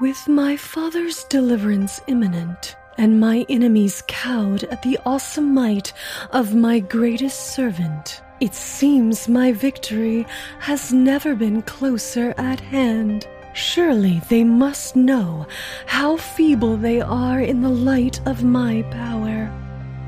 With my father's deliverance imminent, and my enemies cowed at the awesome might of my greatest servant, it seems my victory has never been closer at hand. Surely they must know how feeble they are in the light of my power.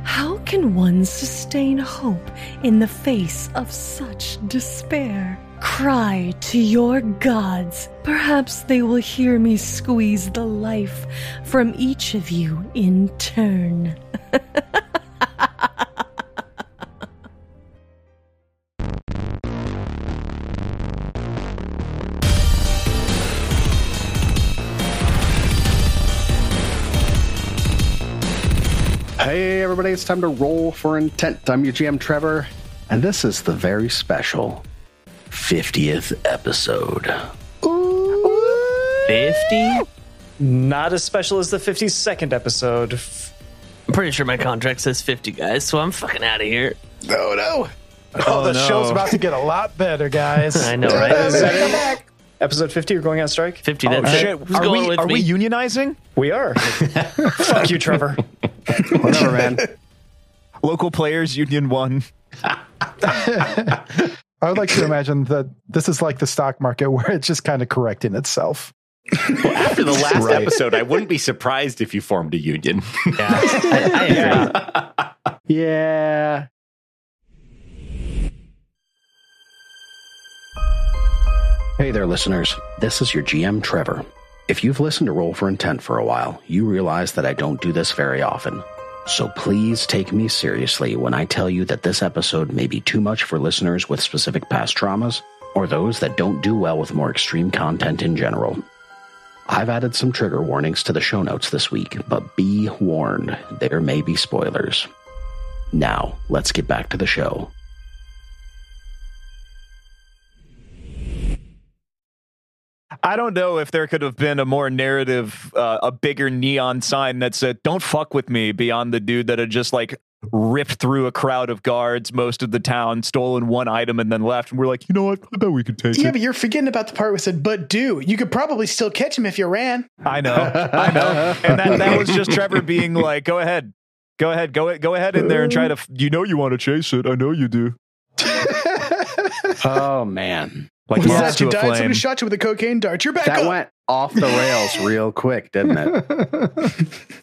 How can one sustain hope in the face of such despair? Cry to your gods. Perhaps they will hear me squeeze the life from each of you in turn. Hey, everybody, it's time to roll for intent. I'm your GM, Trevor, and this is the very special 50th episode. 50? Not as special as the 52nd episode. F- I'm pretty sure my contract says 50, guys, so I'm fucking out of here. No, no. Oh, the no. show's about to get a lot better, guys. I know, right? Episode 50, we're going on strike? Oh, 50, that's it. Shit, Oh, Who's are going we with are me? we unionizing? We are. Fuck you, Trevor. Whatever, man. Local players union one. I would like to imagine that this is like the stock market where it's just kind of correcting itself. After the last Right. episode, I wouldn't be surprised if you formed a union. I agree. Yeah. Hey there, listeners. This is your GM, Trevor. If you've listened to Roll for Intent for a while, you realize that I don't do this very often. So please take me seriously when I tell you that this episode may be too much for listeners with specific past traumas or those that don't do well with more extreme content in general. I've added some trigger warnings to the show notes this week, but be warned, there may be spoilers. Now, let's get back to the show. I don't know if there could have been a more narrative, uh, a bigger neon sign that said, don't fuck with me beyond the dude that had just like ripped through a crowd of guards most of the town, stolen one item and then left. And we're like, you know what? I bet we could take Yeah, it. but you're forgetting about the part where it said, but do. You could probably still catch him if you ran. I know. I know. And that, that was just Trevor being like, go ahead. Go ahead. Go, go ahead in there and try to, f- you know, you want to chase it. I know you do. Oh, man. Like, What was moths that? You to a died, flame. somebody shot you with a cocaine dart. You're back that up. went off the rails real quick, didn't it?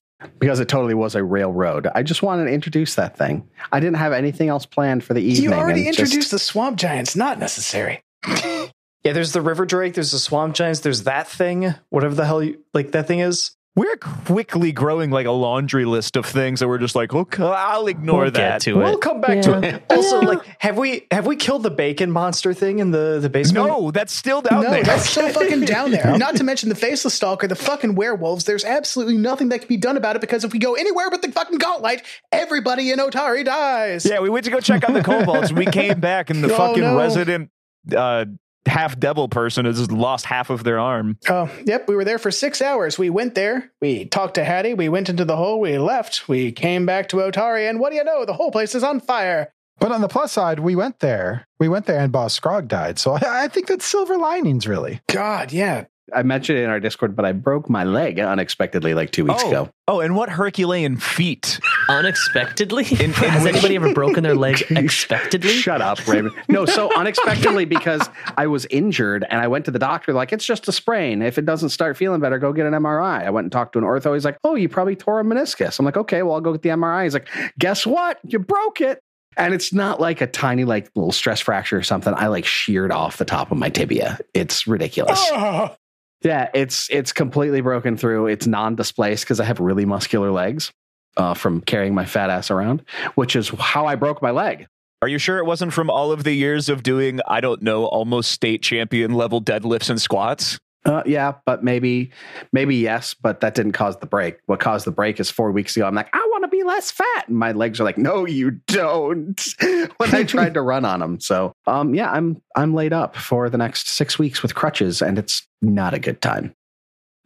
because it totally was a railroad. I just wanted to introduce that thing. I didn't have anything else planned for the evening. you already and just- introduced the swamp giants. Not necessary. Yeah, there's the river drake, there's the swamp giants, there's that thing, whatever the hell you, like that thing is. We're quickly growing like a laundry list of things that we're just like, okay, I'll ignore We'll get that. to We'll it. come back to it. Also, like, have we have we killed the bacon monster thing in the the basement? No, that's still down no, there. that's still fucking down there. Not to mention the faceless stalker, the fucking werewolves. There's absolutely nothing that can be done about it because if we go anywhere but the fucking gauntlet, everybody in Otari dies. Yeah, we went to go check on the kobolds. We came back, and the Oh, fucking no. resident uh, half devil person has just lost half of their arm. Oh, yep. We were there for six hours. We went there. We talked to Hattie. We went into the hole. We left. We came back to Otari, and what do you know? The whole place is on fire. But on the plus side, we went there. We went there and Boss Scrog died. So I, I think that's silver linings, really. God, yeah. I mentioned it in our Discord, but I broke my leg unexpectedly like two weeks oh, ago. oh, and what Herculean feat? Unexpectedly? Has anybody ever broken their leg expectedly? Shut up, Raven. No, so unexpectedly because I was injured and I went to the doctor, like, it's just a sprain. If it doesn't start feeling better, go get an MRI. I went and talked to an ortho. He's like, oh, you probably tore a meniscus. I'm like, okay, well, I'll go get the MRI. He's like, guess what? You broke it. And it's not like a tiny, like, little stress fracture or something. I like sheared off the top of my tibia. It's ridiculous. Oh, Yeah, it's it's completely broken through. It's non-displaced because I have really muscular legs uh, from carrying my fat ass around, which is how I broke my leg. Are you sure it wasn't from all of the years of doing, I don't know, almost state champion level deadlifts and squats? Uh, yeah, but maybe maybe yes, but that didn't cause the break. What caused the break is four weeks ago. I'm like, I want to be less fat, and my legs are like, no, you don't. when I tried to run on them, so um, yeah, I'm I'm laid up for the next six weeks with crutches, and it's not a good time.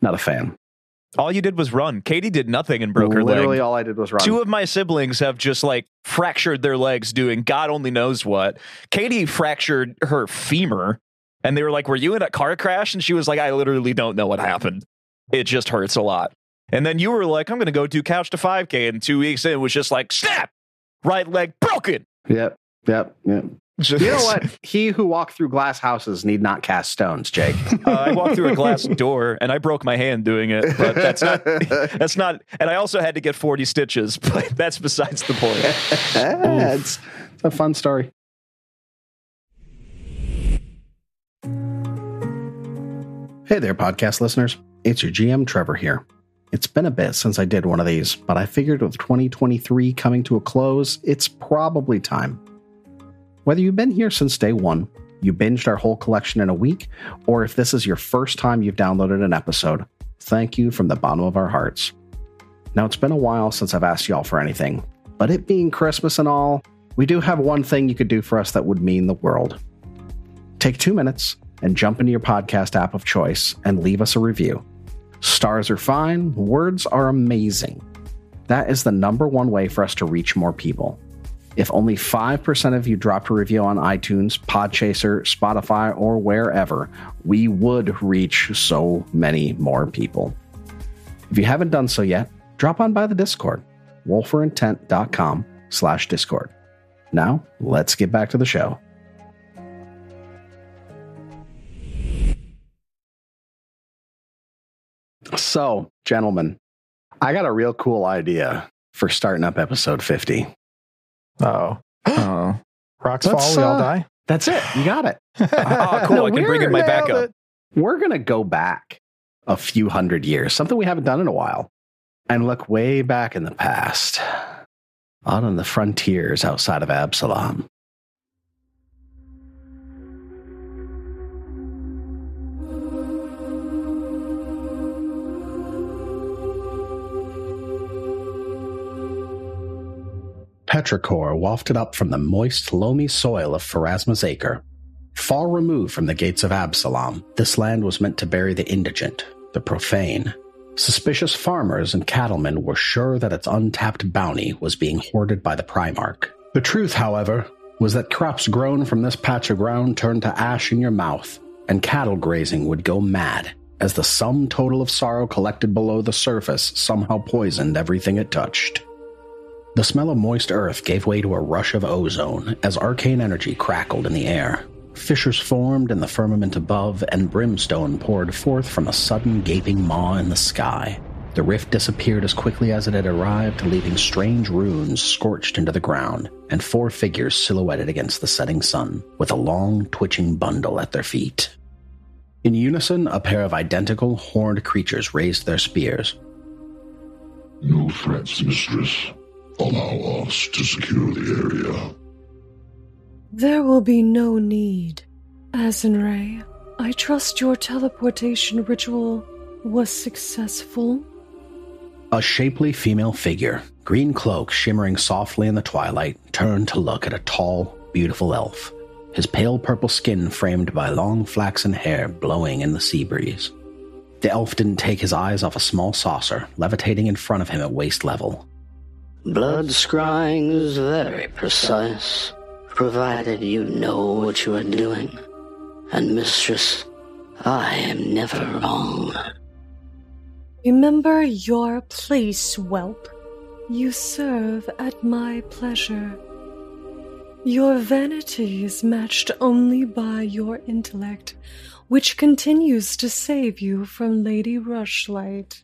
Not a fan. All you did was run. Katie did nothing and broke her Literally, leg. all I did was run. Two of my siblings have just like fractured their legs doing God only knows what. Katie fractured her femur, and they were like, Were you in a car crash? And she was like, I literally don't know what happened. it just hurts a lot. And then you were like, I'm going to go do couch to 5K in two weeks. And it was just like, snap, right leg broken. Yep. Yep. Yep. You know what? He who walked through glass houses need not cast stones, Jake. Uh, I walked through a glass door and I broke my hand doing it, but that's not, that's not, and I also had to get 40 stitches, but that's besides the point. Yeah, it's, it's a fun story. Hey there, podcast listeners. It's your GM, Trevor, here. It's been a bit since I did one of these, but I figured with 2023 coming to a close, it's probably time. Whether you've been here since day one, you binged our whole collection in a week, or if this is your first time you've downloaded an episode, thank you from the bottom of our hearts. Now, it's been a while since I've asked y'all for anything, but it being Christmas and all, we do have one thing you could do for us that would mean the world. Take two minutes and jump into your podcast app of choice and leave us a review. Stars are fine, words are amazing. That is the number one way for us to reach more people. If only 5% of you dropped a review on iTunes, Podchaser, Spotify, or wherever, we would reach so many more people. If you haven't done so yet, drop on by the Discord, wolferintent.com slash Discord. Now, let's get back to the show. So, gentlemen, I got a real cool idea for starting up episode 50. Oh. Oh, Rocks Let's, fall, we all uh, die. That's it. You got it. oh cool. I can bring in my Nailed backup. it. We're going to go back a few hundred years, something we haven't done in a while, and look way back in the past, out on the frontiers outside of Absalom. Petrichor wafted up from the moist, loamy soil of Pharasma's acre. Far removed from the gates of Absalom, this land was meant to bury the indigent, the profane. Suspicious farmers and cattlemen were sure that its untapped bounty was being hoarded by the Primarch. The truth, however, was that crops grown from this patch of ground turned to ash in your mouth, and cattle grazing would go mad as the sum total of sorrow collected below the surface somehow poisoned everything it touched. The smell of moist earth gave way to a rush of ozone as arcane energy crackled in the air. Fissures formed in the firmament above, and brimstone poured forth from a sudden gaping maw in the sky. The rift disappeared as quickly as it had arrived, leaving strange runes scorched into the ground, and four figures silhouetted against the setting sun, with a long, twitching bundle at their feet. In unison, a pair of identical horned creatures raised their spears, No threats, mistress. Allow us to secure the area. There will be no need. Azenray, I trust your teleportation ritual was successful. A shapely female figure, green cloak shimmering softly in the twilight, turned to look at a tall, beautiful elf, his pale purple skin framed by long flaxen hair blowing in the sea breeze. The elf didn't take his eyes off a small saucer levitating in front of him at waist level. Blood scrying is very precise, provided you know what you are doing. And, mistress, I am never wrong. Remember your place, whelp. You serve at my pleasure. Your vanity is matched only by your intellect, which continues to save you from Lady Rushlight.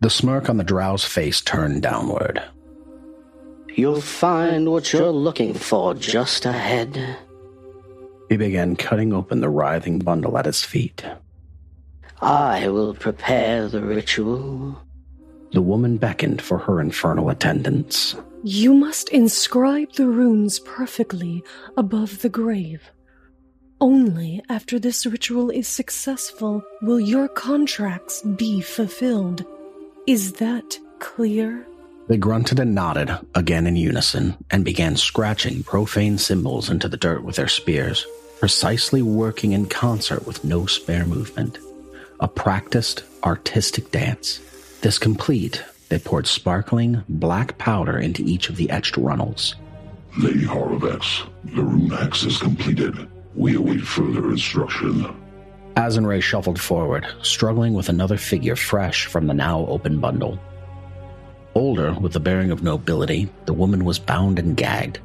The smirk on the drow's face turned downward. You'll find what you're looking for just ahead. He began cutting open the writhing bundle at his feet. I will prepare the ritual. The woman beckoned for her infernal attendants. You must inscribe the runes perfectly above the grave. Only after this ritual is successful will your contracts be fulfilled. Is that clear? They grunted and nodded, again in unison, and began scratching profane symbols into the dirt with their spears, precisely working in concert with no spare movement. A practiced, artistic dance. This complete, they poured sparkling, black powder into each of the etched runnels. Lady Horovex, the rune hex is completed. We await further instruction. Azenray shuffled forward, struggling with another figure fresh from the now open bundle. Older, with the bearing of nobility, the woman was bound and gagged.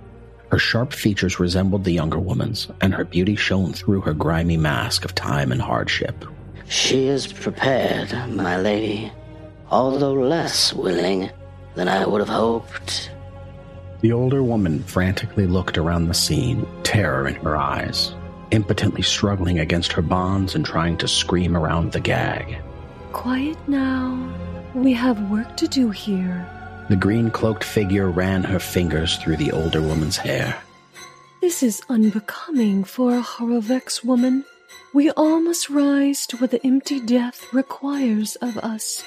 Her sharp features resembled the younger woman's, and her beauty shone through her grimy mask of time and hardship. She is prepared, my lady, although less willing than I would have hoped. The older woman frantically looked around the scene, terror in her eyes, impotently struggling against her bonds and trying to scream around the gag. Quiet now. We have work to do here. The green cloaked figure ran her fingers through the older woman's hair. This is unbecoming for a Horovex woman. We all must rise to what the empty death requires of us.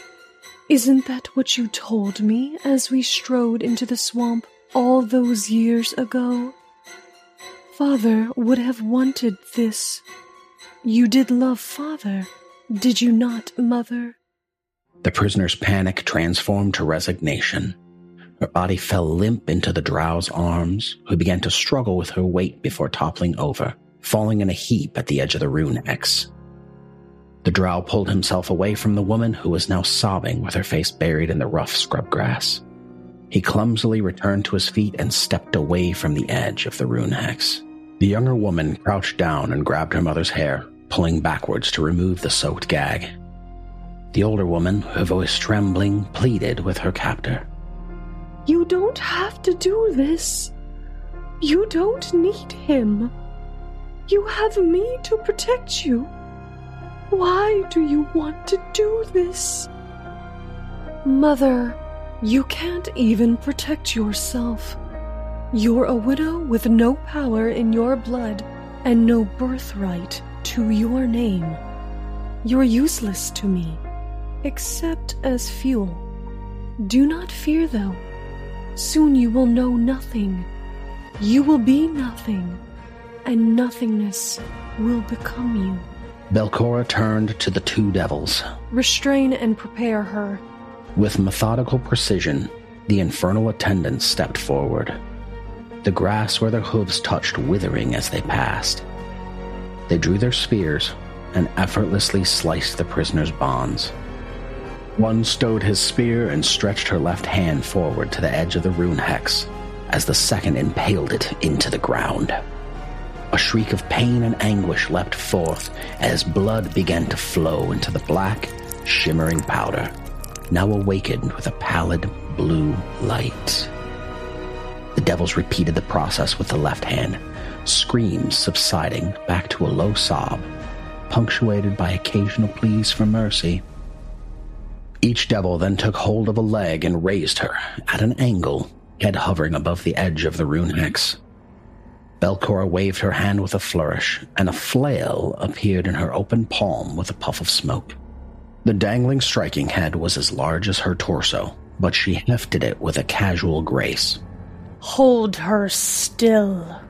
Isn't that what you told me as we strode into the swamp all those years ago? Father would have wanted this. You did love Father, did you not, Mother? The prisoner's panic transformed to resignation. Her body fell limp into the drow's arms, who began to struggle with her weight before toppling over, falling in a heap at the edge of the rune X. The drow pulled himself away from the woman who was now sobbing with her face buried in the rough scrub grass. He clumsily returned to his feet and stepped away from the edge of the rune hex. The younger woman crouched down and grabbed her mother's hair, pulling backwards to remove the soaked gag. The older woman, her voice trembling, pleaded with her captor. You don't have to do this. You don't need him. You have me to protect you. Why do you want to do this? Mother, you can't even protect yourself. You're a widow with no power in your blood and no birthright to your name. You're useless to me, except as fuel. Do not fear, though. Soon you will know nothing. You will be nothing, and nothingness will become you. Belcora turned to the two devils. Restrain and prepare her. With methodical precision, the infernal attendants stepped forward, the grass where their hooves touched withering as they passed. They drew their spears and effortlessly sliced the prisoner's bonds. One stowed his spear and stretched her left hand forward to the edge of the rune hex as the second impaled it into the ground. A shriek of pain and anguish leapt forth as blood began to flow into the black, shimmering powder, now awakened with a pallid blue light. The devils repeated the process with the left hand, screams subsiding back to a low sob, punctuated by occasional pleas for mercy. Each devil then took hold of a leg and raised her at an angle, head hovering above the edge of the rune hex. Belcora waved her hand with a flourish, and a flail appeared in her open palm with a puff of smoke. The dangling striking head was as large as her torso, but she hefted it with a casual grace. Hold her still.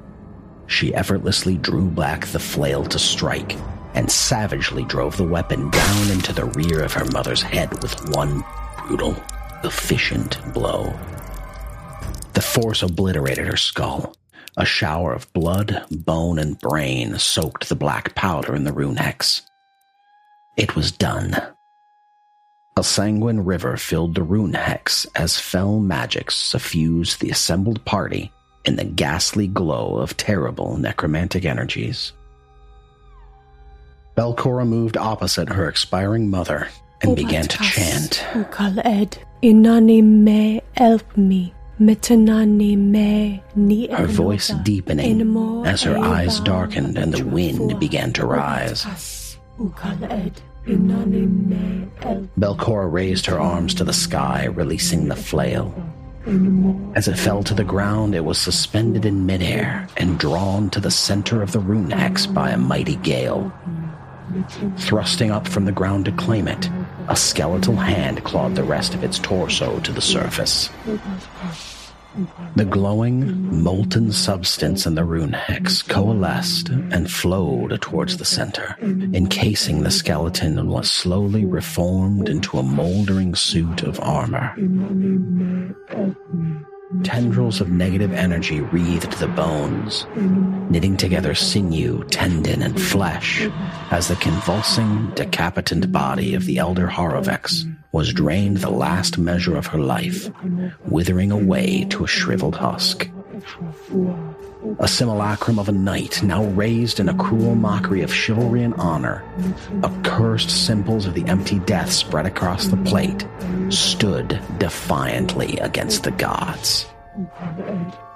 She effortlessly drew back the flail to strike and savagely drove the weapon down into the rear of her mother's head with one brutal, efficient blow. The force obliterated her skull. A shower of blood, bone, and brain soaked the black powder in the rune hex. It was done. A sanguine river filled the rune hex as fell magic suffused the assembled party in the ghastly glow of terrible necromantic energies. Belcora moved opposite her expiring mother and began to chant. Ukal ed. Inani me help me. Metanani me ni Her voice elota. deepening Enmo as her eyes eba darkened and the wind began to rise. Ukal ed. Inani me help Belcora raised her arms to the sky, releasing the flail. Enmo As it fell to the ground, it was suspended in midair and drawn to the center of the rune hex by a mighty gale. Thrusting up from the ground to claim it, a skeletal hand clawed the rest of its torso to the surface. The glowing, molten substance in the rune hex coalesced and flowed towards the center, encasing the skeleton in what slowly reformed into a moldering suit of armor. Tendrils of negative energy wreathed the bones, knitting together sinew, tendon, and flesh as the convulsing, decapitant body of the elder Horovex was drained the last measure of her life, withering away to a shriveled husk. A simulacrum of a knight now raised in a cruel mockery of chivalry and honor, accursed symbols of the empty death spread across the plate, stood defiantly against the gods.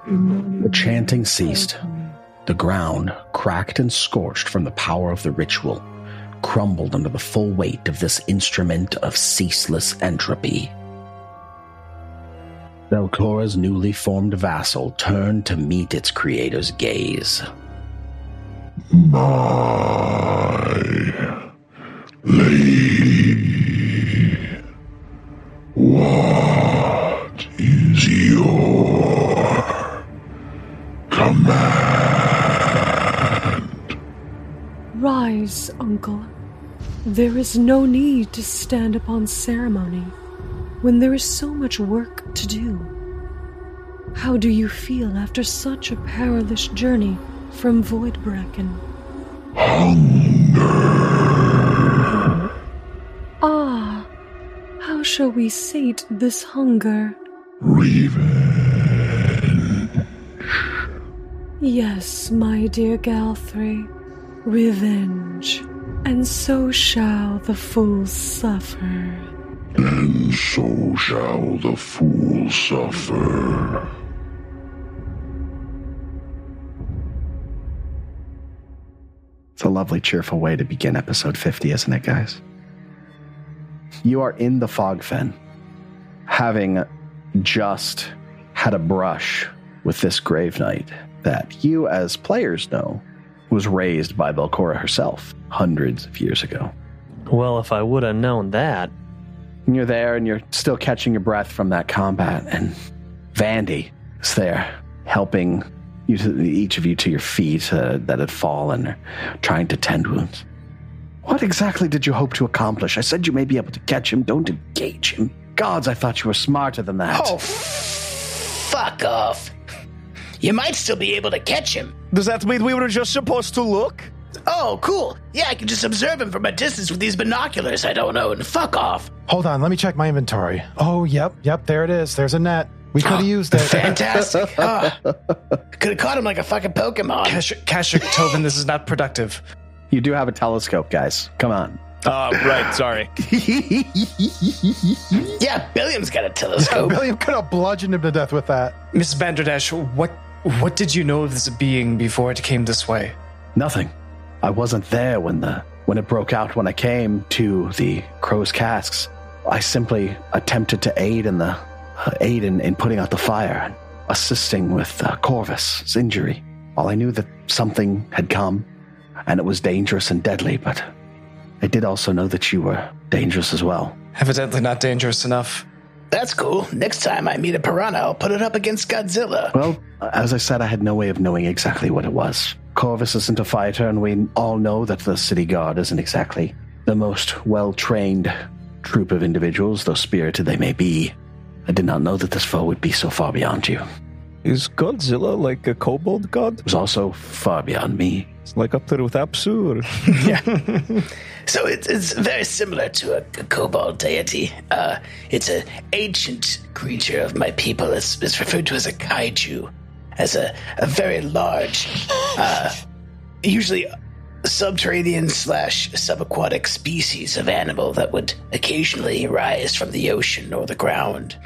The chanting ceased. The ground, cracked and scorched from the power of the ritual, crumbled under the full weight of this instrument of ceaseless entropy. Velcora's newly formed vassal turned to meet its creator's gaze. My lady, what is your command? Rise, uncle. There is no need to stand upon ceremony when there is so much work to do. How do you feel after such a perilous journey from Voidbracken? Hunger. Ah, how shall we sate this hunger? Revenge. Yes, my dear Galthry, revenge. And so shall the fool suffer. And so shall the fool suffer. It's a lovely, cheerful way to begin episode 50, isn't it, guys? You are in the fog fen, having just had a brush with this grave knight that you, as players, know was raised by Belcora herself hundreds of years ago. Well, if I would have known that. And you're there and you're still catching your breath from that combat, and Vandy is there helping you to, each of you to your feet uh, that had fallen, trying to tend wounds. What exactly did you hope to accomplish? I said you may be able to catch him. Don't engage him. Gods, I thought you were smarter than that. Oh, fuck off. You might still be able to catch him. Does that mean we were just supposed to look? Oh, cool. Yeah, I can just observe him from a distance with these binoculars I don't own. Fuck off. Hold on, let me check my inventory. Oh, yep, yep, there it is. There's a net. We could have used it. Fantastic. Ah. Could have caught him like a fucking Pokemon. Kashrik, Kashrik Tovin, this is not productive. You do have a telescope, guys. Come on. Oh, right. Sorry. yeah, Billiam's got a telescope. William could have bludgeoned him to death with that. Miss Banderdash, what what did you know of this being before it came this way? Nothing. I wasn't there when the when it broke out when I came to the crow's casks. I simply attempted to aid in the uh, aid in, in putting out the fire and assisting with uh, Corvus's injury. While I knew that something had come and it was dangerous and deadly, but I did also know that you were dangerous as well. Evidently not dangerous enough. That's cool. Next time I meet a piranha, I'll put it up against Godzilla. Well, as I said, I had no way of knowing exactly what it was. Corvus isn't a fighter, and we all know that the city guard isn't exactly the most well trained troop of individuals, though spirited they may be. I did not know that this foe would be so far beyond you. Is Godzilla like a kobold god? It was also far beyond me. It's like up there with Apsu. Or... So it's, it's very similar to a, a kobold deity. Uh, it's an ancient creature of my people. It's, it's referred to as a kaiju, as a, a very large, uh, usually subterranean slash subaquatic species of animal that would occasionally rise from the ocean or the ground.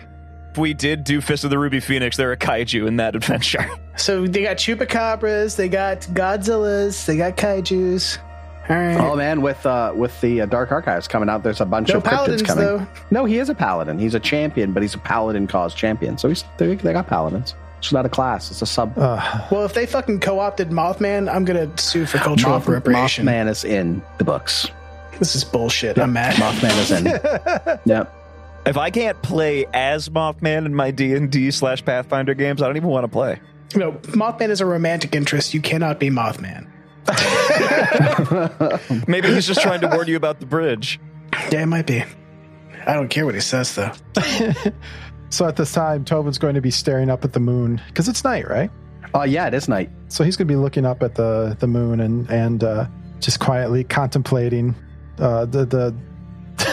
We did do Fist of the Ruby Phoenix. They're a kaiju in that adventure. So they got chupacabras, they got Godzillas, they got kaiju's. All right. Oh man, with uh, with the uh, Dark Archives coming out, there's a bunch No of cryptids paladins, coming. though. No, he is a paladin. He's a champion, but he's a paladin cause champion. So he's they, they got paladins. It's not a class. It's a sub. Well, if they fucking co-opted Mothman, I'm gonna sue for cultural Moth- appropriation. Mothman is in the books. This is bullshit. I'm mad. Mothman is in. yep. If I can't play as Mothman in my D and D slash Pathfinder games, I don't even want to play. No, Mothman is a romantic interest. You cannot be Mothman. Maybe he's just trying to warn you about the bridge. Yeah, it might be. I don't care what he says though. So at this time, Tobin's going to be staring up at the moon because it's night, right? Uh, yeah, it is night. So he's going to be looking up at the the moon and and uh, just quietly contemplating uh, the the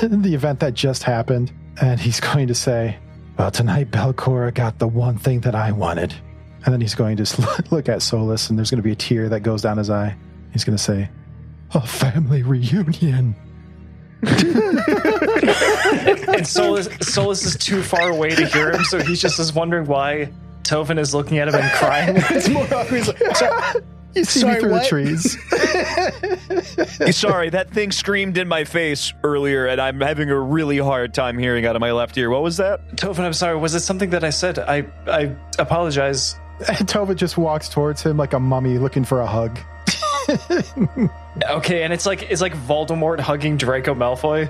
the event that just happened. And he's going to say, "Well, tonight Belcora got the one thing that I wanted." And then he's going to just look at Solus, and there's going to be a tear that goes down his eye. He's going to say, "A family reunion." and Solus, Solus is too far away to hear him, so he just is wondering why Tovin is looking at him and crying. it's more awkward. Like, so- you see Sorry, me through what? the trees. Sorry, that thing screamed in my face earlier, and I'm having a really hard time hearing out of my left ear. What was that? Tovin, I'm sorry. Was it something that I said? I I apologize. And Tova just walks towards him like a mummy looking for a hug. Okay, and it's like it's like Voldemort hugging Draco Malfoy.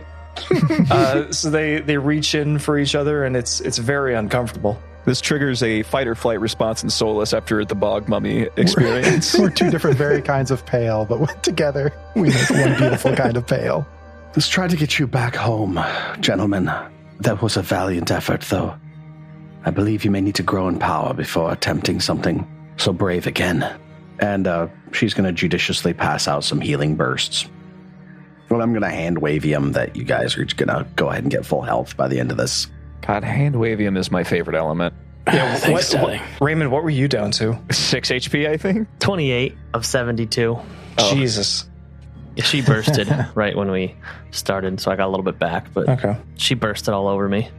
uh, so they they reach in for each other, and it's it's very uncomfortable. This triggers a fight or flight response in Solus after the bog mummy experience. We're two different very kinds of pale, but when together we make one beautiful kind of pale. Let's try to get you back home, gentlemen. That was a valiant effort, though. I believe you may need to grow in power before attempting something so brave again. And uh, she's going to judiciously pass out some healing bursts. Well, I'm going to hand wavium that you guys are going to go ahead and get full health by the end of this. God, hand wavium is my favorite element. Yeah, thanks, what, what, Raymond, what were you down to? Six HP, I think. 28 of 72. Oh. Jesus. She bursted right when we started, so I got a little bit back, but okay. she bursted all over me.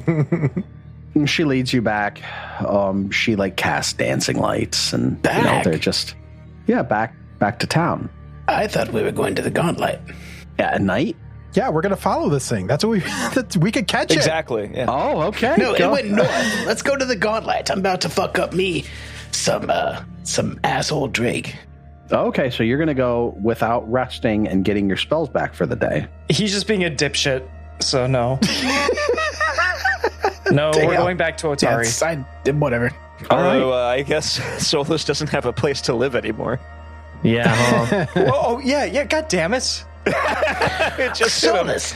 She leads you back. Um, she like casts dancing lights, and you know Back? they're just yeah back back to town. I thought we were going to the gauntlet. Yeah, at night. Yeah, we're gonna follow this thing. That's what we. That's, we could catch Exactly. Yeah. Oh, okay. No, it Go. went north. Let's go to the gauntlet. I'm about to fuck up me some uh some asshole Drake. Okay, so you're gonna go without resting and getting your spells back for the day. He's just being a dipshit, so no. no, we're Damn. going back to Otari. Yes, I, whatever. Although uh, I guess Solus doesn't have a place to live anymore. Yeah. oh yeah, yeah. God damn it! it just Solus,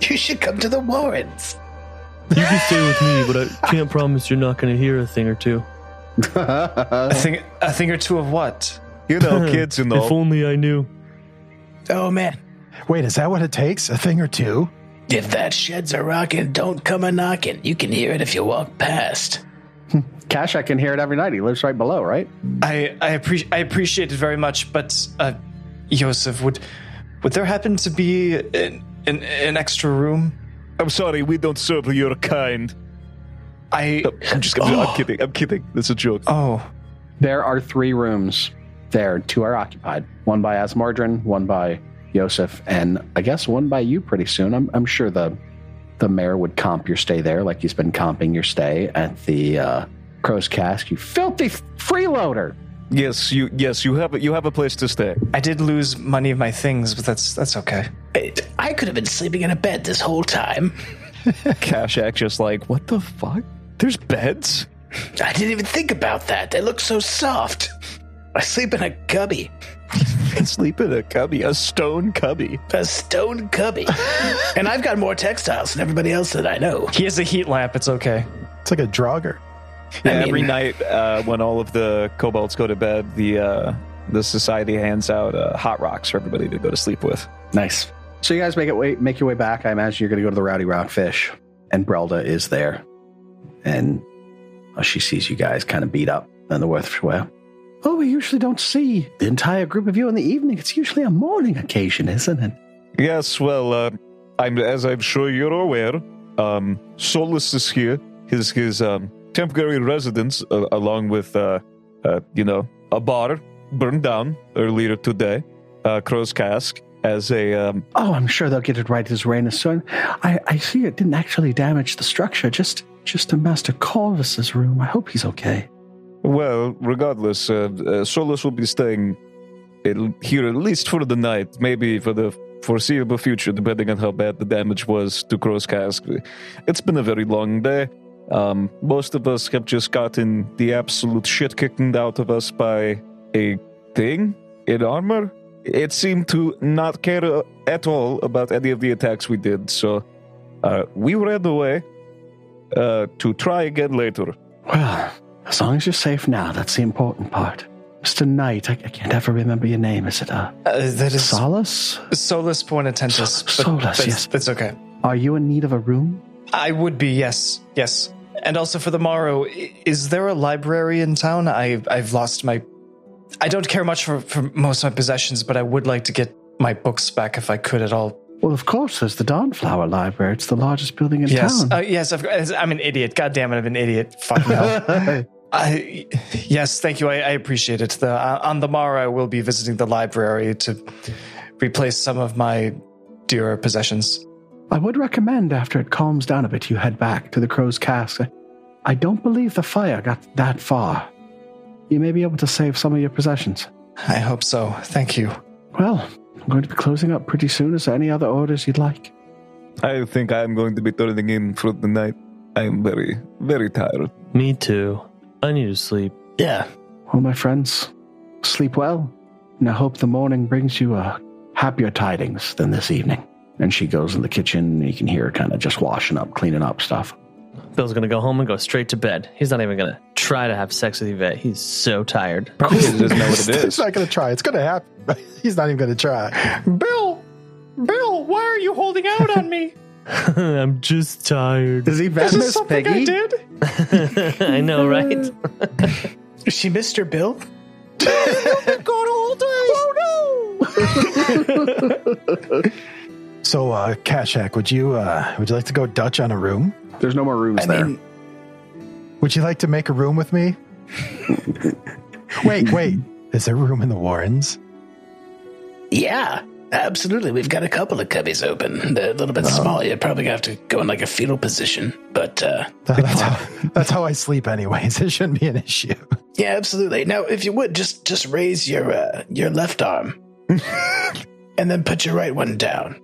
you should come to the Warrens. You can stay with me, but I can't promise you're not going to hear a thing or two. A thing, a thing or two of what? You know, kids and If the only I knew. Oh man, Wait, is that what it takes? A thing or two? if that shed's a rockin', don't come a knockin'. You can hear it if you walk past. Cash, I can hear it every night. He lives right below, right? I I, appre- I appreciate it very much, but uh, Yosef, would would there happen to be an, an an extra room? I'm sorry, we don't serve your kind. I I'm just gonna. Oh. I'm kidding. I'm kidding. That's a joke. oh There are three rooms there. Two are occupied. One by Asmardran, one by Yosef, and I guess one by you pretty soon. I'm, I'm sure the the mayor would comp your stay there like he's been comping your stay at the uh, Crow's Cask. You filthy freeloader. Yes, you. Yes, you have. a- You have a place to stay. I did lose money of my things, but that's that's okay. I, I could have been sleeping in a bed this whole time. Kashak just like, what the fuck? There's beds. I didn't even think about that. They look so soft. I sleep in a cubby, Sleep in a cubby, a stone cubby. a stone cubby, and I've got more textiles than everybody else that I know. He has a heat lamp. It's okay. It's like a drogger. Yeah, I mean- every night uh, when all of the kobolds go to bed, the uh, the society hands out uh, hot rocks for everybody to go to sleep with. Nice. So you guys make it way make your way back. I imagine you're going to go to the Rowdy Rockfish, and Brelda is there, and uh, she sees you guys kind of beat up in the Worth Well, oh, we usually don't see the entire group of you in the evening. It's usually a morning occasion, isn't it? Yes, well, uh, I'm as I'm sure you're aware, um, Solus is here, his his um, temporary residence, uh, along with uh, uh, you know a bar burned down earlier today, uh, Crow's Cask, as a um, Oh, I'm sure they'll get it right as rain is soon. I, I see it didn't actually damage the structure, just just to Master Corvus's room. I hope he's okay. well. Regardless, uh, uh, Solus will be staying at- here at least for the night, maybe for the foreseeable future, depending on how bad the damage was to Crow's Cask. It's been a very long day. Um, most of us have just gotten the absolute shit kicked out of us by a thing in armor. It seemed to not care uh, at all about any of the attacks we did, so uh, we ran away. uh, to try again later. Well, as long as you're safe now, that's the important part. Mr. Knight, I, I can't ever remember your name, is it? Uh, Uh, that is Solus. Solus Portententus. but Solus, that's, yes. That's okay. Are you in need of a room? I would be yes, yes. And also for the morrow, i- is there a library in town? I I've lost my. I don't care much for for most of my possessions, but I would like to get my books back if I could at all. Well, of course, there's the Dawnflower Library. It's the largest building in yes, town. uh, yes. I've, I'm an idiot. God damn it, I'm an idiot. Fuck hell. I, yes, thank you. I, I appreciate it. The, uh, on the morrow, I will be visiting the library to replace some of my dearer possessions. I would recommend after it calms down a bit, you head back to the Crow's Cask. I don't believe the fire got that far. You may be able to save some of your possessions. I hope so. Thank you. Well, I'm going to be closing up pretty soon. Is there any other orders you'd like? I think I'm going to be turning in for the night. I'm very, very tired. Me too. I need to sleep. Yeah. Well, my friends, sleep well, and I hope the morning brings you uh, happier tidings than this evening. And she goes in the kitchen, and you can hear her kind of just washing up, cleaning up stuff. Bill's gonna go home and go straight to bed. He's not even gonna try to have sex with Yvette. He's so tired. Probably doesn't know what He's not going to try. It's going to happen. He's not even going to try. Bill, Bill, why are you holding out on me? I'm just tired. Does he Is this something I did? I know, right? She missed her bill. So, uh, Kashak, would you uh, would you like to go Dutch on a room? There's no more rooms there. Would you like to make a room with me? wait, wait. Is there room in the Warrens? Yeah, absolutely. We've got a couple of cubbies open. They're a little bit small. You're probably gonna have to go in like a fetal position. But uh, That's how, that's how I sleep, anyways. It shouldn't be an issue. yeah, absolutely. Now, if you would just just raise your uh, your left arm, and then put your right one down.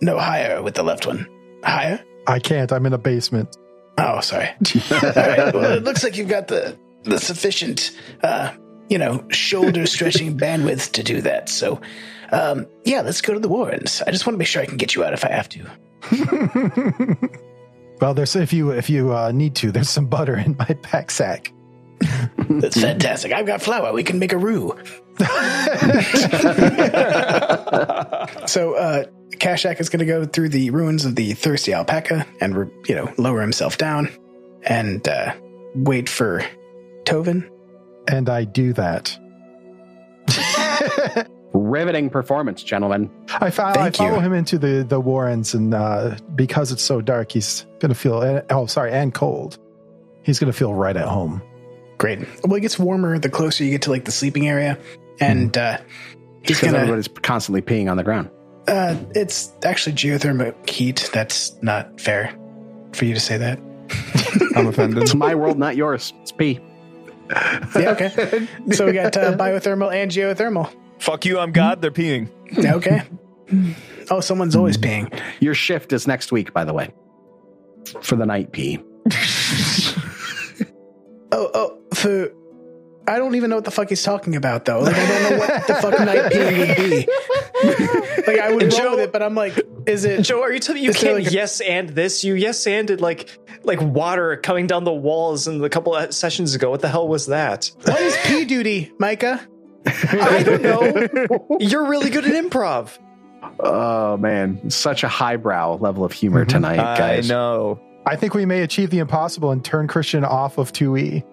No higher with the left one. Higher. I can't. I'm in a basement. Oh, sorry. All right. Well, it looks like you've got the the sufficient, uh, you know, shoulder stretching bandwidth to do that. So, um, yeah, let's go to the Warrens. I just want to make sure I can get you out if I have to. Well, there's if you if you uh, need to, there's some butter in my pack sack. That's fantastic. I've got flour. We can make a roux. So uh, Kashak is going to go through the ruins of the thirsty alpaca and re- you know lower himself down and uh, wait for Tovin. And I do that. Riveting performance, gentlemen. I, fo- I Thank you. follow him into the the Warrens, and uh, because it's so dark, he's gonna feel and- oh sorry and cold. He's gonna feel right at home. Great. Well, it gets warmer the closer you get to like the sleeping area, and Mm-hmm. uh, he's Because gonna. everybody's constantly peeing on the ground. Uh, it's actually geothermal heat. That's not fair for you to say that. I'm offended. it's my world, not yours. It's pee. Yeah. Okay. so we got uh, biothermal and geothermal. Fuck you, I'm God. They're peeing. Okay. Oh, someone's always peeing. Mm-hmm. Your shift is next week, by the way, for the night pee. Oh, oh, for. I don't even know what the fuck he's talking about, though. Like, I don't know what the fuck night peeing would be. like, I would roll with it, but I'm like, is it. Joe, are you telling me you Is there can't like a- yes and this? You yes anded like like water coming down the walls in a couple of sessions ago. What the hell was that? What is pee duty, Micah? I don't know. You're really good at improv. Oh man, such a highbrow level of humor tonight, I guys. know. I think we may achieve the impossible and turn Christian off of two E.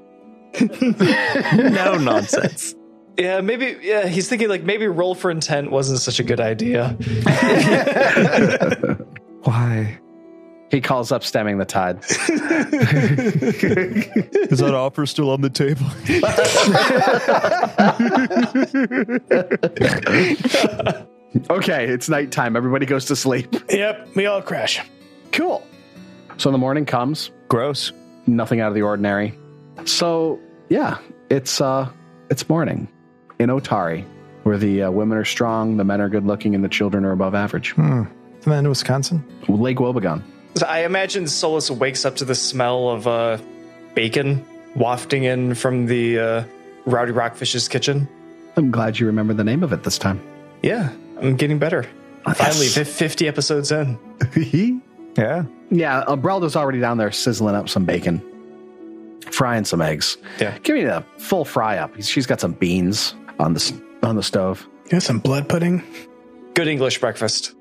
no nonsense. Yeah, maybe yeah, he's thinking like maybe roll for intent wasn't such a good idea. Why? He calls up stemming the tide. Is that offer still on the table? okay, it's nighttime. Everybody goes to sleep. Yep, we all crash. Cool. So the morning comes. Gross. Nothing out of the ordinary. So yeah, it's uh, it's morning in Otari, where the uh, women are strong, the men are good looking, and the children are above average. And then Wisconsin. Lake Wobegon. So I imagine Solus wakes up to the smell of uh, bacon wafting in from the uh, Rowdy Rockfish's kitchen. I'm glad you remember the name of it this time. Oh, Yeah, I'm getting better. Yes. Finally, fif- 50 episodes in. Yeah. Yeah, Umbrello's already down there sizzling up some bacon, frying some eggs. Yeah. Give me the full fry up. She's got some beans on the s- on the stove. Yeah, some blood pudding. Good English breakfast.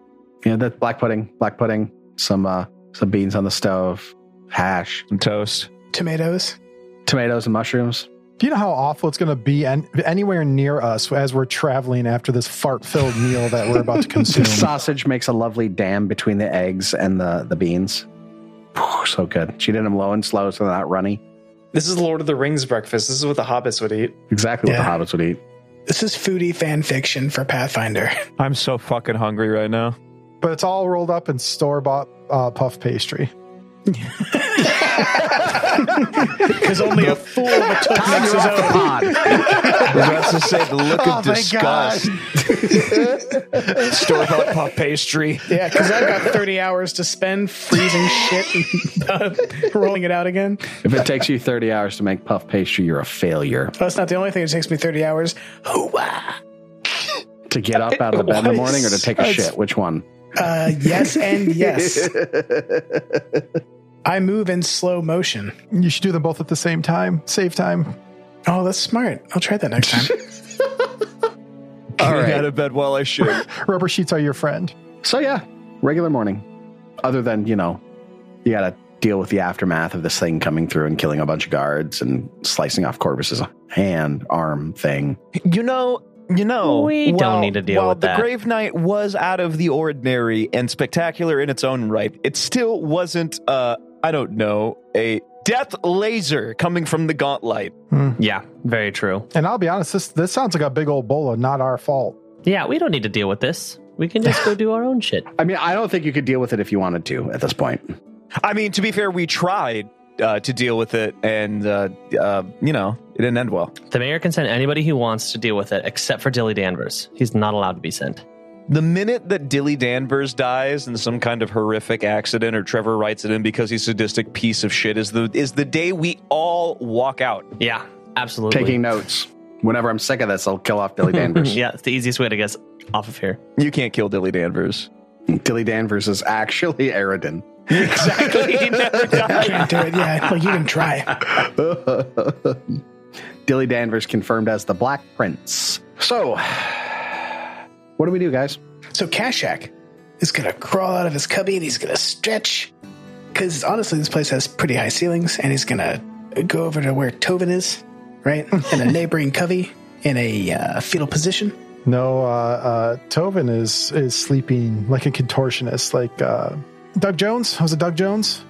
Yeah, that black pudding, black pudding, some uh some beans on the stove, hash, some toast, tomatoes, tomatoes and mushrooms. Do you know how awful it's going to be and anywhere near us as we're traveling after this fart-filled meal that we're about to consume? The sausage makes a lovely dam between the eggs and the the beans. Whew, So good. She did them low and slow, so they're not runny. This is Lord of the Rings breakfast. This is what the hobbits would eat. Exactly Yeah. what the hobbits would eat. This is foodie fan fiction for Pathfinder. I'm so fucking hungry right now. but it's all rolled up in store-bought uh, puff pastry. Because only a fool took Time you're off the pod. I was about to say the look Oh, of thank disgust. Store bought puff pastry. Yeah, because I've got 30 hours to spend freezing shit and uh, rolling it out again. If it takes you 30 hours to make puff pastry, you're a failure. That's not the only thing that takes me 30 hours. Hoo-wah. To get up out of the bed in the morning or to take a That's- shit? Which one? Uh, yes and yes. I move in slow motion. You should do them both at the same time. Save time. Oh, that's smart. I'll try that next time. Getting out of bed while I should. Rubber sheets are your friend. So yeah, regular morning. Other than you know, you got to deal with the aftermath of this thing coming through and killing a bunch of guards and slicing off Corvus's hand, arm thing. You know, you know, We don't while- need to deal while with the that. Grave Knight was out of the ordinary and spectacular in its own right. It still wasn't, uh, I don't know, a death laser coming from the gauntlet. Hmm. Yeah, very true. And I'll be honest, this this sounds like a big old bowl of not our fault. Yeah, we don't need to deal with this. We can just go do our own shit. I mean, I don't think you could deal with it if you wanted to at this point. I mean, to be fair, we tried uh, to deal with it, and uh, uh, you know, it didn't end well. The mayor can send anybody he wants to deal with it, except for Dilly Danvers. He's not allowed to be sent. The minute that Dilly Danvers dies in some kind of horrific accident, or Trevor writes it in because he's a sadistic piece of shit, is the is the day we all walk out. Yeah, absolutely. Taking notes. Whenever I'm sick of this, I'll kill off Dilly Danvers. yeah, it's the easiest way to get us off of here. You can't kill Dilly Danvers. Dilly Danvers is actually Aridin. Exactly. He never died. Can't do it. Yeah, like you can try. Dilly Danvers confirmed as the Black Prince. So, what do we do, guys? So Kashak is gonna crawl out of his cubby and he's gonna stretch. Cause honestly, this place has pretty high ceilings, and he's gonna go over to where Tovin is, right, in a neighboring cubby in a uh, fetal position. No, uh, uh, Tovin is is sleeping like a contortionist, like uh, Doug Jones. Was it Doug Jones?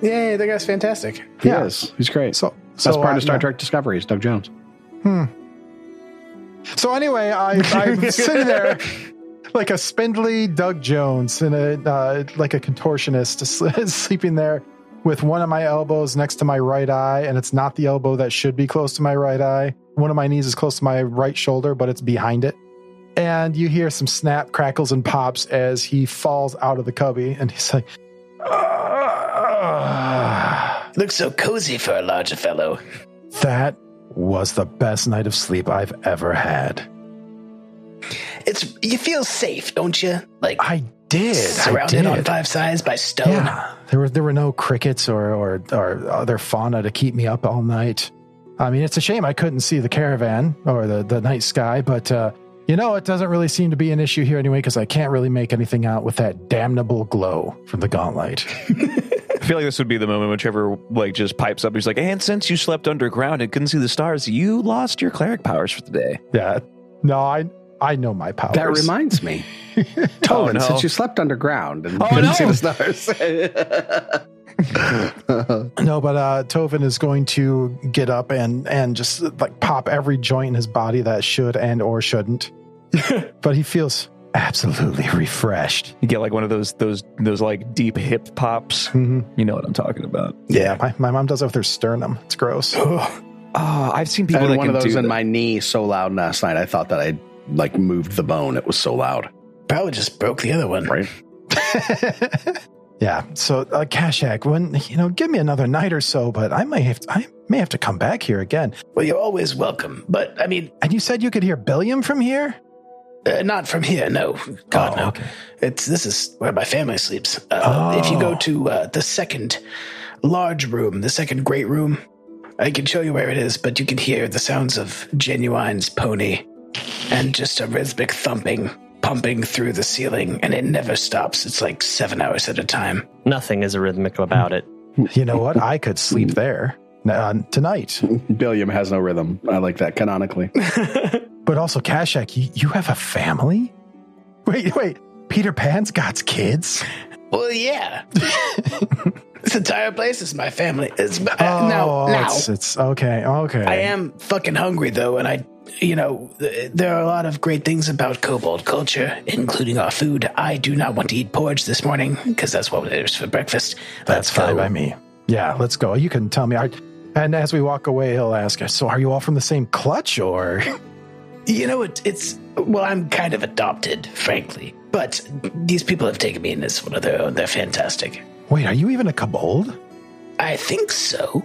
Yeah, that guy's fantastic. He Yeah. is. He's great. So, That's so part I- of Star yeah. Trek Discovery is Doug Jones. So anyway, I, I'm sitting there like a spindly Doug Jones and a uh, like a contortionist sl- sleeping there with one of my elbows next to my right eye, and it's not the elbow that should be close to my right eye. One of my knees is close to my right shoulder, but it's behind it. And you hear some snap, crackles, and pops as he falls out of the cubby, and he's like, Ah. Looks so cozy for a larger fellow. "That was the best night of sleep I've ever had." It's you feel safe, don't you? Like I did. surrounded I did. on five sides by stone. Yeah, there were there were no crickets or, or or other fauna to keep me up all night. I mean, it's a shame I couldn't see the caravan or the the night sky, but uh, you know, it doesn't really seem to be an issue here anyway because I can't really make anything out with that damnable glow from the gauntlet. I feel like this would be the moment when Trevor like just pipes up. He's like, "And since you slept underground and couldn't see the stars, you lost your cleric powers for the day." yeah, no, I I know my powers. That reminds me. Oh, Tolan, no. since you slept underground and Oh, couldn't no. see the stars. No, but uh, Tovin is going to get up and and just like pop every joint in his body that should and or shouldn't. but he feels absolutely refreshed. You get like one of those those those like deep hip pops. Mhm. You know what I'm talking about? Yeah, my, my mom does that with her sternum. It's gross. Oh, I've seen I people had that one can of those do in that. my knee so loud last night. I thought that I like moved the bone. It was so loud. Probably just broke the other one. Right. Yeah. So, uh, Kashak, when you know, give me another night or so, but I may have I may have to come back here again. Well, you're always welcome. But I mean, And you said you could hear Billiam from here. Uh, not from here, no. God, no. It's this is where my family sleeps. Uh, If you go to uh, the second large room, the second great room, I can show you where it is, but you can hear the sounds of Genuine's pony and just a rhythmic thumping, pumping through the ceiling, and it never stops. It's like seven hours at a time. Nothing is rhythmic about it. You know what? I could sleep there uh, tonight. Billiam has no rhythm. I like that canonically. But also, Kashak, you, you have a family? Wait, wait. Peter Pan's got kids? Well, yeah. this entire place is my family. It's uh, Oh, now, now. it's, it's okay, okay. I am fucking hungry though, and I, you know, th- there are a lot of great things about kobold culture, including our food. I do not want to eat porridge this morning because that's what it is for breakfast. That's fine by me. Yeah, let's go. You can tell me. I, and as we walk away, he'll ask us, So are you all from the same clutch or? You know, it, it's well, I'm kind of adopted, frankly, but these people have taken me in as one of their own. They're fantastic. Wait, are you even a kobold? I think so.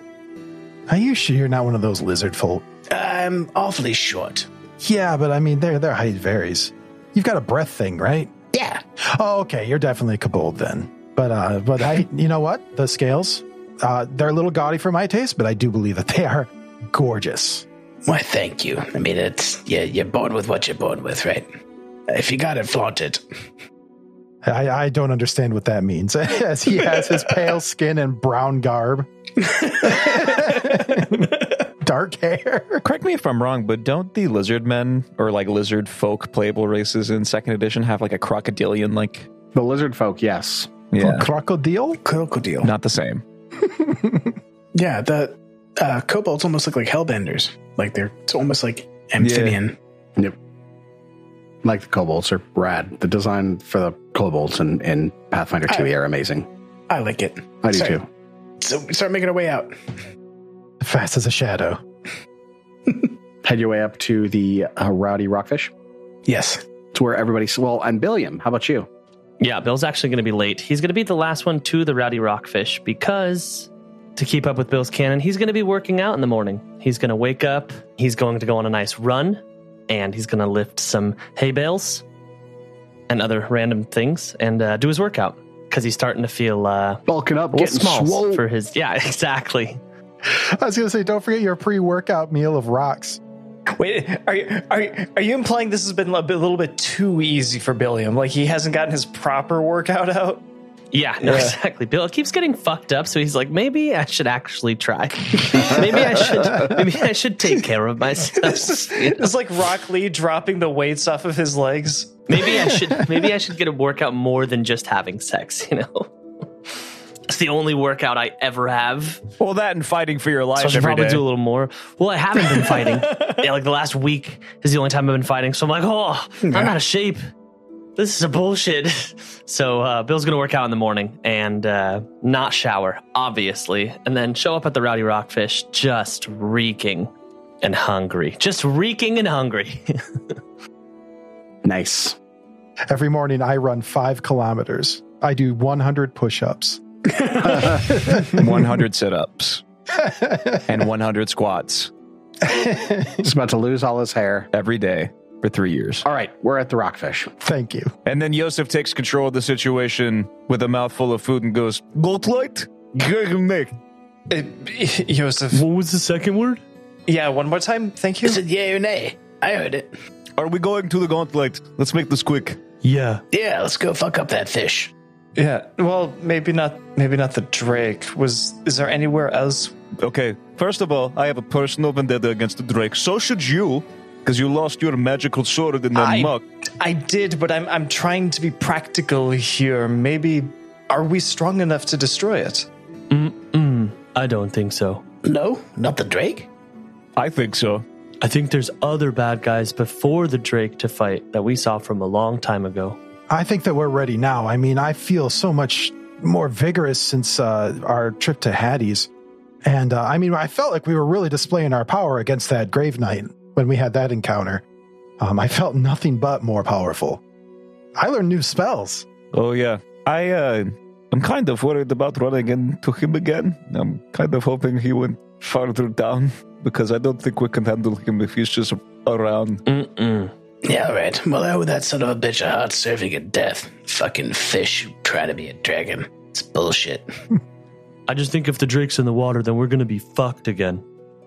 Are you sure you're not one of those lizard folk? I'm awfully short. Yeah, but I mean, their, their height varies. You've got a breath thing, right? Yeah. Oh, okay. You're definitely a kobold then. But, uh, but I, you know what? The scales, uh, they're a little gaudy for my taste, but I do believe that they are gorgeous. Why, thank you. I mean, it's yeah, you're born with what you're born with, right? If you got it, flaunt it. I, I don't understand what that means. As he has his pale skin and brown garb, dark hair. Correct me if I'm wrong, but don't the lizard men or like lizard folk playable races in second edition have like a crocodilian like the lizard folk? Yes, yeah, crocodile, crocodile, not the same. Yeah, the uh, kobolds almost look like hellbenders. Like they're it's almost like amphibian. Yep. Like the kobolds are rad. The design for the kobolds in, in Pathfinder 2 are amazing. I like it. I do Sorry. too. So we start making our way out. fast as a shadow. Head your way up to the uh, Rowdy Rockfish. Yes. It's where everybody's. Well, and Billiam, how about you? Yeah, Bill's actually going to be late. He's going to be the last one to the Rowdy Rockfish because to keep up with Bill's cannon, he's going to be working out in the morning. He's going to wake up, he's going to go on a nice run, and he's going to lift some hay bales and other random things and uh, do his workout because he's starting to feel uh, bulking up, getting swole. for his. Yeah, exactly. I was gonna say, don't forget your pre-workout meal of rocks. Wait, are you are you, are you implying this has been a, bit- a little bit too easy for Billiam? Like he hasn't gotten his proper workout out? Yeah, no, Yeah. exactly. Bill keeps getting fucked up, so he's like, maybe I should actually try. maybe I should. Maybe I should take care of myself. It's like Rock Lee dropping the weights off of his legs. Maybe I should. Maybe I should get a workout more than just having sex. You know, it's the only workout I ever have. Well, that and fighting for your life. So I should every probably day. do a little more. Well, I haven't been fighting. yeah, like the last week is the only time I've been fighting. So I'm like, oh, I'm out of shape. This is a bullshit. So uh, Bill's gonna work out in the morning and uh, not shower, obviously, and then show up at the Rowdy Rockfish just reeking and hungry, just reeking and hungry. Nice. Every morning, I run five kilometers. I do 100 push-ups. 100 sit ups and 100 squats He's about to lose all his hair. every day for three years. All right, we're at the Rockfish. Thank you. And then Yosef takes control of the situation with a mouthful of food and goes, Goldlight? Gegenmick. Uh, Joseph. What was the second word? Yeah, one more time. Thank you. Is it yay or nay? I heard it. Are we going to the gauntlet? Let's make this quick. Yeah. Yeah, let's go fuck up that fish. Yeah. Well, maybe not. Maybe not the Drake. Was is there anywhere else? Okay, first of all, I have a personal vendetta against the Drake. So should you, because you lost your magical sword in that I- muck. I did, but I'm I'm trying to be practical here. Maybe are we strong enough to destroy it? Mm, I don't think so. No, not the Drake. I think so. I think there's other bad guys before the Drake to fight that we saw from a long time ago. I think that we're ready now. I mean, I feel so much more vigorous since uh, our trip to Hattie's. And uh, I mean, I felt like we were really displaying our power against that Grave Knight when we had that encounter. Um, I felt nothing but more powerful. I learned new spells. Oh yeah, I uh, I'm kind of worried about running into him again. I'm kind of hoping he went farther down because I don't think we can handle him if he's just around. Mm-mm. Yeah, all right. Well, I owe that son of a bitch a hot serving of death. Fucking fish trying to be a dragon. It's bullshit. I just think if the drake's in the water, then we're gonna be fucked again.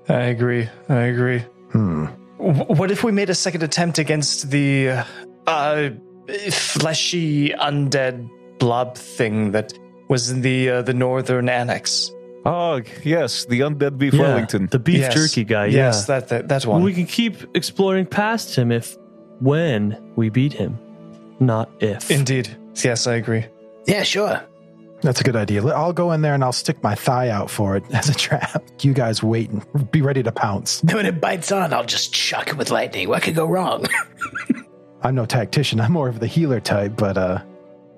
I agree. I agree. Hmm. W- what if we made a second attempt against the uh, fleshy undead blob thing that was in the uh, the northern annex? Oh yes, the undead beef Yeah, Wellington, the beef jerky guy, Yes, yeah. that, that that one. We can keep exploring past him if, when we beat him, not if. Indeed. Yes, I agree. Yeah, sure. That's a good idea. Let- I'll go in there and I'll stick my thigh out for it as a trap. You guys wait and be ready to pounce. Then when it bites on, I'll just shock it with lightning. What could go wrong? I'm no tactician. I'm more of the healer type, but uh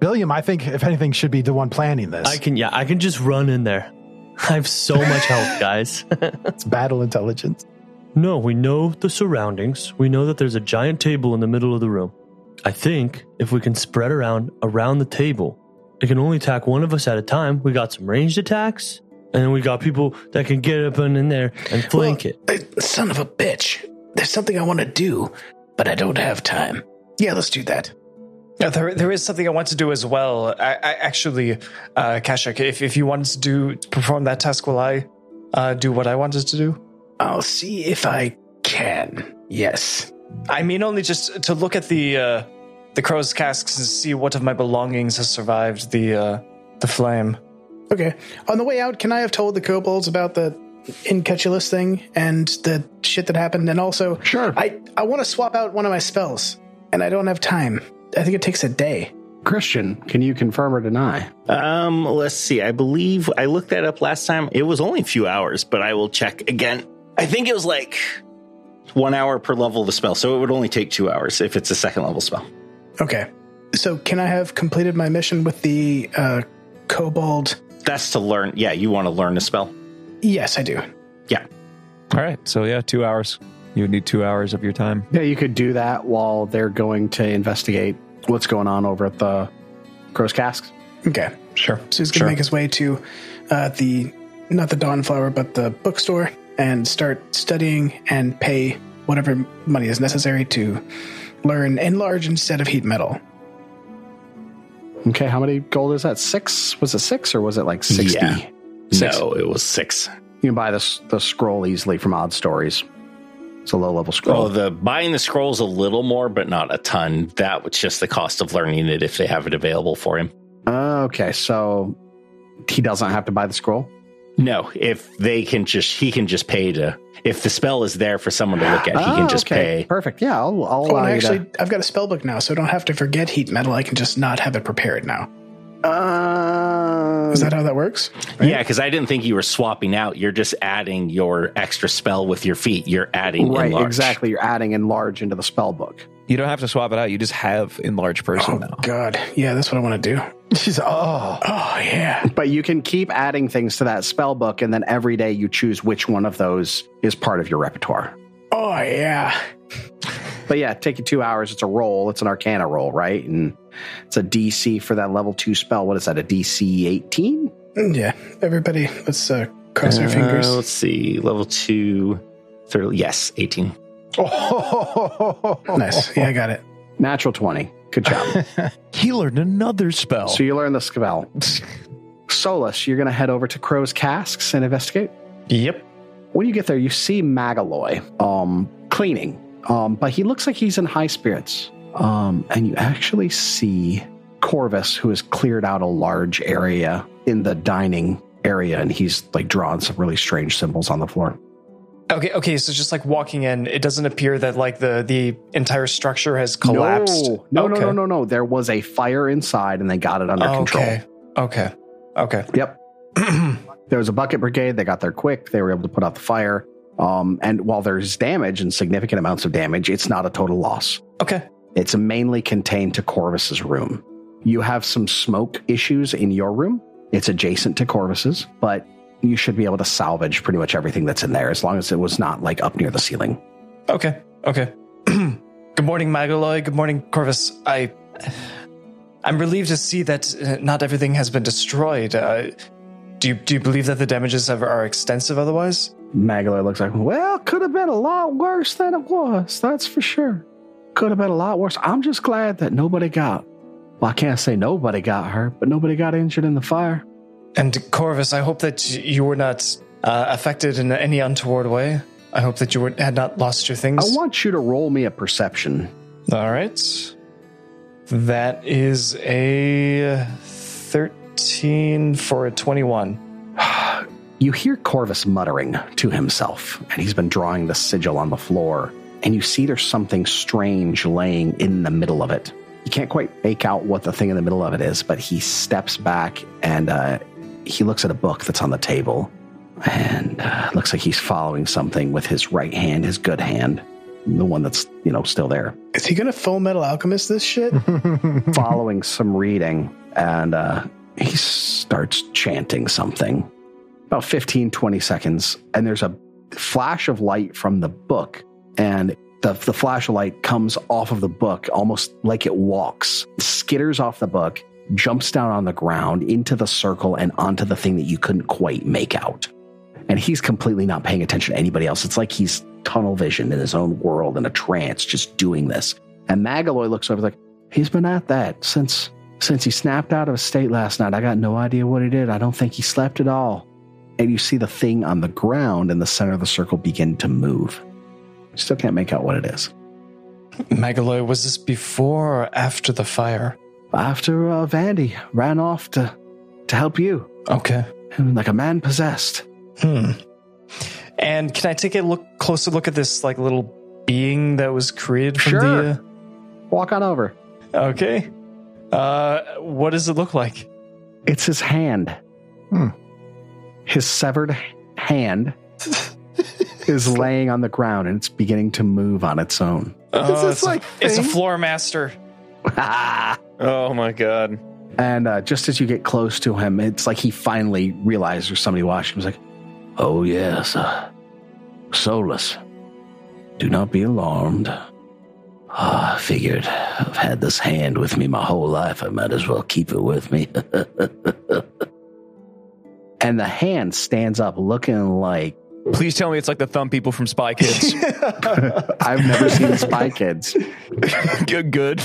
Billiam, I think if anything should be the one planning this. I can, yeah, I can just run in there. I have so much health, guys. it's battle intelligence. No, we know the surroundings. We know that there's a giant table in the middle of the room. I think if we can spread around around the table, it can only attack one of us at a time. We got some ranged attacks, and then we got people that can get up and in there and flank it. Uh, Son of a bitch. There's something I want to do, but I don't have time. Yeah, let's do that. Yeah, there, there is something I want to do as well. I, I actually, uh, Kashak, if, if you wanted to do perform that task, will I uh, do what I wanted to do? I'll see if I can. Yes. I mean, only just to look at the uh, the crow's casks and see what of my belongings has survived the uh, the flame. Okay. On the way out, can I have told the kobolds about the incutulus thing and the shit that happened? And also, sure. I, I want to swap out one of my spells, and I don't have time. I think it takes a day. Christian, can you confirm or deny? Um, let's see. I believe I looked that up last time. It was only a few hours, but I will check again. I think it was like one hour per level of the spell, so it would only take two hours if it's a second level spell. Okay. So, can I have completed my mission with the uh, kobold? That's to learn. Yeah, you want to learn a spell. Yes, I do. Yeah. All right, so yeah, two hours. You would need two hours of your time. Yeah, you could do that while they're going to investigate what's going on over at the Crow's Casks. Okay. Sure. So he's going to make his way to uh, the, not the Dawnflower, but the bookstore and start studying and pay whatever money is necessary to learn enlarge instead of heat metal. Okay, how many gold is that? Six? Was it six or was it like 60? Yeah. Six. No, it was six. You can buy this the scroll easily from Odd Stories. It's a low level scroll. Oh, the buying the scrolls a little more, but not a ton. That was just the cost of learning it if they have it available for him. okay, so he doesn't have to buy the scroll? No, if they can just he can just pay to if the spell is there for someone to look at, he can Oh, just okay. pay. Perfect. Yeah, I'll, Oh, I'll and allow you actually, to- I've got a spell book now, so I don't have to forget heat metal. I can just not have it prepared now. Uh, Is that how that works? Yeah, because I didn't think you were swapping out. You're just adding your extra spell with your feet. You're adding Right, enlarge. exactly. You're adding enlarge into the spell book. You don't have to swap it out. You just have enlarged Oh. person now. God, yeah, that's what I want to do. She's oh, oh yeah. But you can keep adding things to that spell book, and then every day you choose which one of those is part of your repertoire. Oh yeah. But yeah, take you two hours. It's a roll. It's an Arcana roll, right? And it's a DC for that level two spell. What is that? A DC eighteen? Mm, Yeah. Everybody, let's uh, cross our fingers. Uh, let's see, level two, third, yes, eighteen. Nice. Yeah, I got it. Natural twenty. Good job. He learned another spell. so you learn the spell. Solus, you're going to head over to Crow's Casks and investigate. Yep. When you get there, you see Magaloy um, cleaning, um, but he looks like he's in high spirits. Um, and you actually see Corvus, who has cleared out a large area in the dining area, and he's like drawing some really strange symbols on the floor. Okay, okay. So just like walking in, it doesn't appear that like the the entire structure has collapsed. No, no, Okay. Oh, no, no, no, no. There was a fire inside, and they got it under control. Okay. Okay. Okay. Yep. there was a bucket brigade. They got there quick. They were able to put out the fire. Um, and while there's damage and significant amounts of damage, it's not a total loss. Okay. It's mainly contained to Corvus's room. You have some smoke issues in your room. It's adjacent to Corvus's, but you should be able to salvage pretty much everything that's in there as long as it was not like up near the ceiling. Okay. Okay. Good morning, Magaloy. Good morning, Corvus. I, I'm relieved to see that uh, not everything has been destroyed. Uh, do you do you believe that the damages have, are extensive? Otherwise, Maglar looks like, well, could have been a lot worse than it was. That's for sure. Could have been a lot worse. I'm just glad that nobody got. Well, I can't say nobody got hurt, but nobody got injured in the fire. And Corvus, I hope that y- you were not uh, affected in any untoward way. I hope that you were, had not lost your things. I want you to roll me a perception. All right. That is a 13 for a 21. You hear Corvus muttering to himself, and he's been drawing the sigil on the floor, and you see there's something strange laying in the middle of it. You can't quite make out what the thing in the middle of it is, but he steps back and uh, he looks at a book that's on the table, and uh, looks like he's following something with his right hand, his good hand, the one that's you know still there. Is he gonna Full Metal Alchemist this shit? following some reading and uh, he starts chanting something about 15 20 seconds and there's a flash of light from the book and the, the flash of light comes off of the book almost like it walks skitters off the book jumps down on the ground into the circle and onto the thing that you couldn't quite make out and he's completely not paying attention to anybody else it's like he's tunnel vision in his own world in a trance just doing this and magaloy looks over like he's been at that since since he snapped out of a state last night. I got no idea what he did. I don't think he slept at all. And you see the thing on the ground in the center of the circle begin to move. Still can't make out what it is. Magaloy, was this before or after the fire? After uh, Vandy ran off to to help you. Okay. And like a man possessed. Hmm. And can I take a look closer look at this like little being that was created from Sure. the uh, Walk on over. Okay. Uh, what does it look like? It's his hand. Hmm. His severed hand is laying on the ground and it's beginning to move on its ah, own. Oh, it's like a, it's a floor master. oh my god. And uh, just as you get close to him, it's like he finally realized there's somebody watching. He's like, "Oh yes, uh, soulless. Do not be alarmed. Ah, I figured I've had this hand with me my whole life. I might as well keep it with me." and the hand stands up, looking like Please tell me it's like the thumb people from Spy Kids. I've never seen Spy Kids. good. good.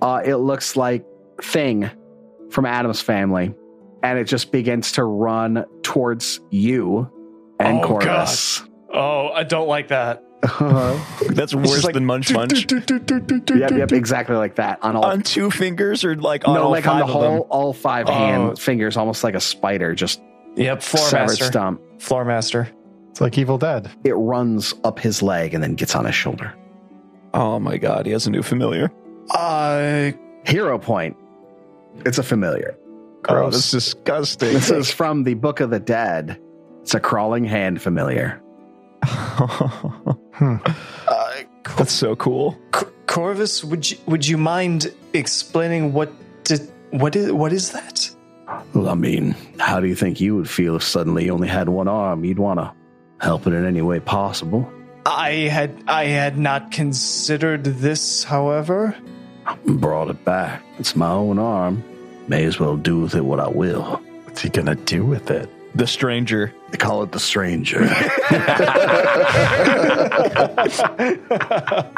uh, it looks like Thing from Adam's family, and it just begins to run towards you and Oh, Corvus. Oh, I don't like that. That's It's just worse like- than Munch Munch. Yep, yep, exactly like that on all. on two fingers or like on no, all like on five the of them? whole, all five Oh. hand fingers, almost like a spider, just Yep, floor severed master. stump. Floor master. It's like Evil Dead. It runs up his leg and then gets on his shoulder. Oh my god, he has a new familiar. Uh, Hero point. It's a familiar. Oh, that's disgusting. This is from the Book of the Dead. It's a crawling hand familiar. That's so cool. Corvus, would you, would you mind explaining what did, what is what is that? Well, I mean, how do you think you would feel if suddenly you only had one arm? You'd want to help it in any way possible. I had I had not considered this, however. Brought it back. It's my own arm. May as well do with it what I will. What's he gonna do with it? The stranger. They call it the stranger.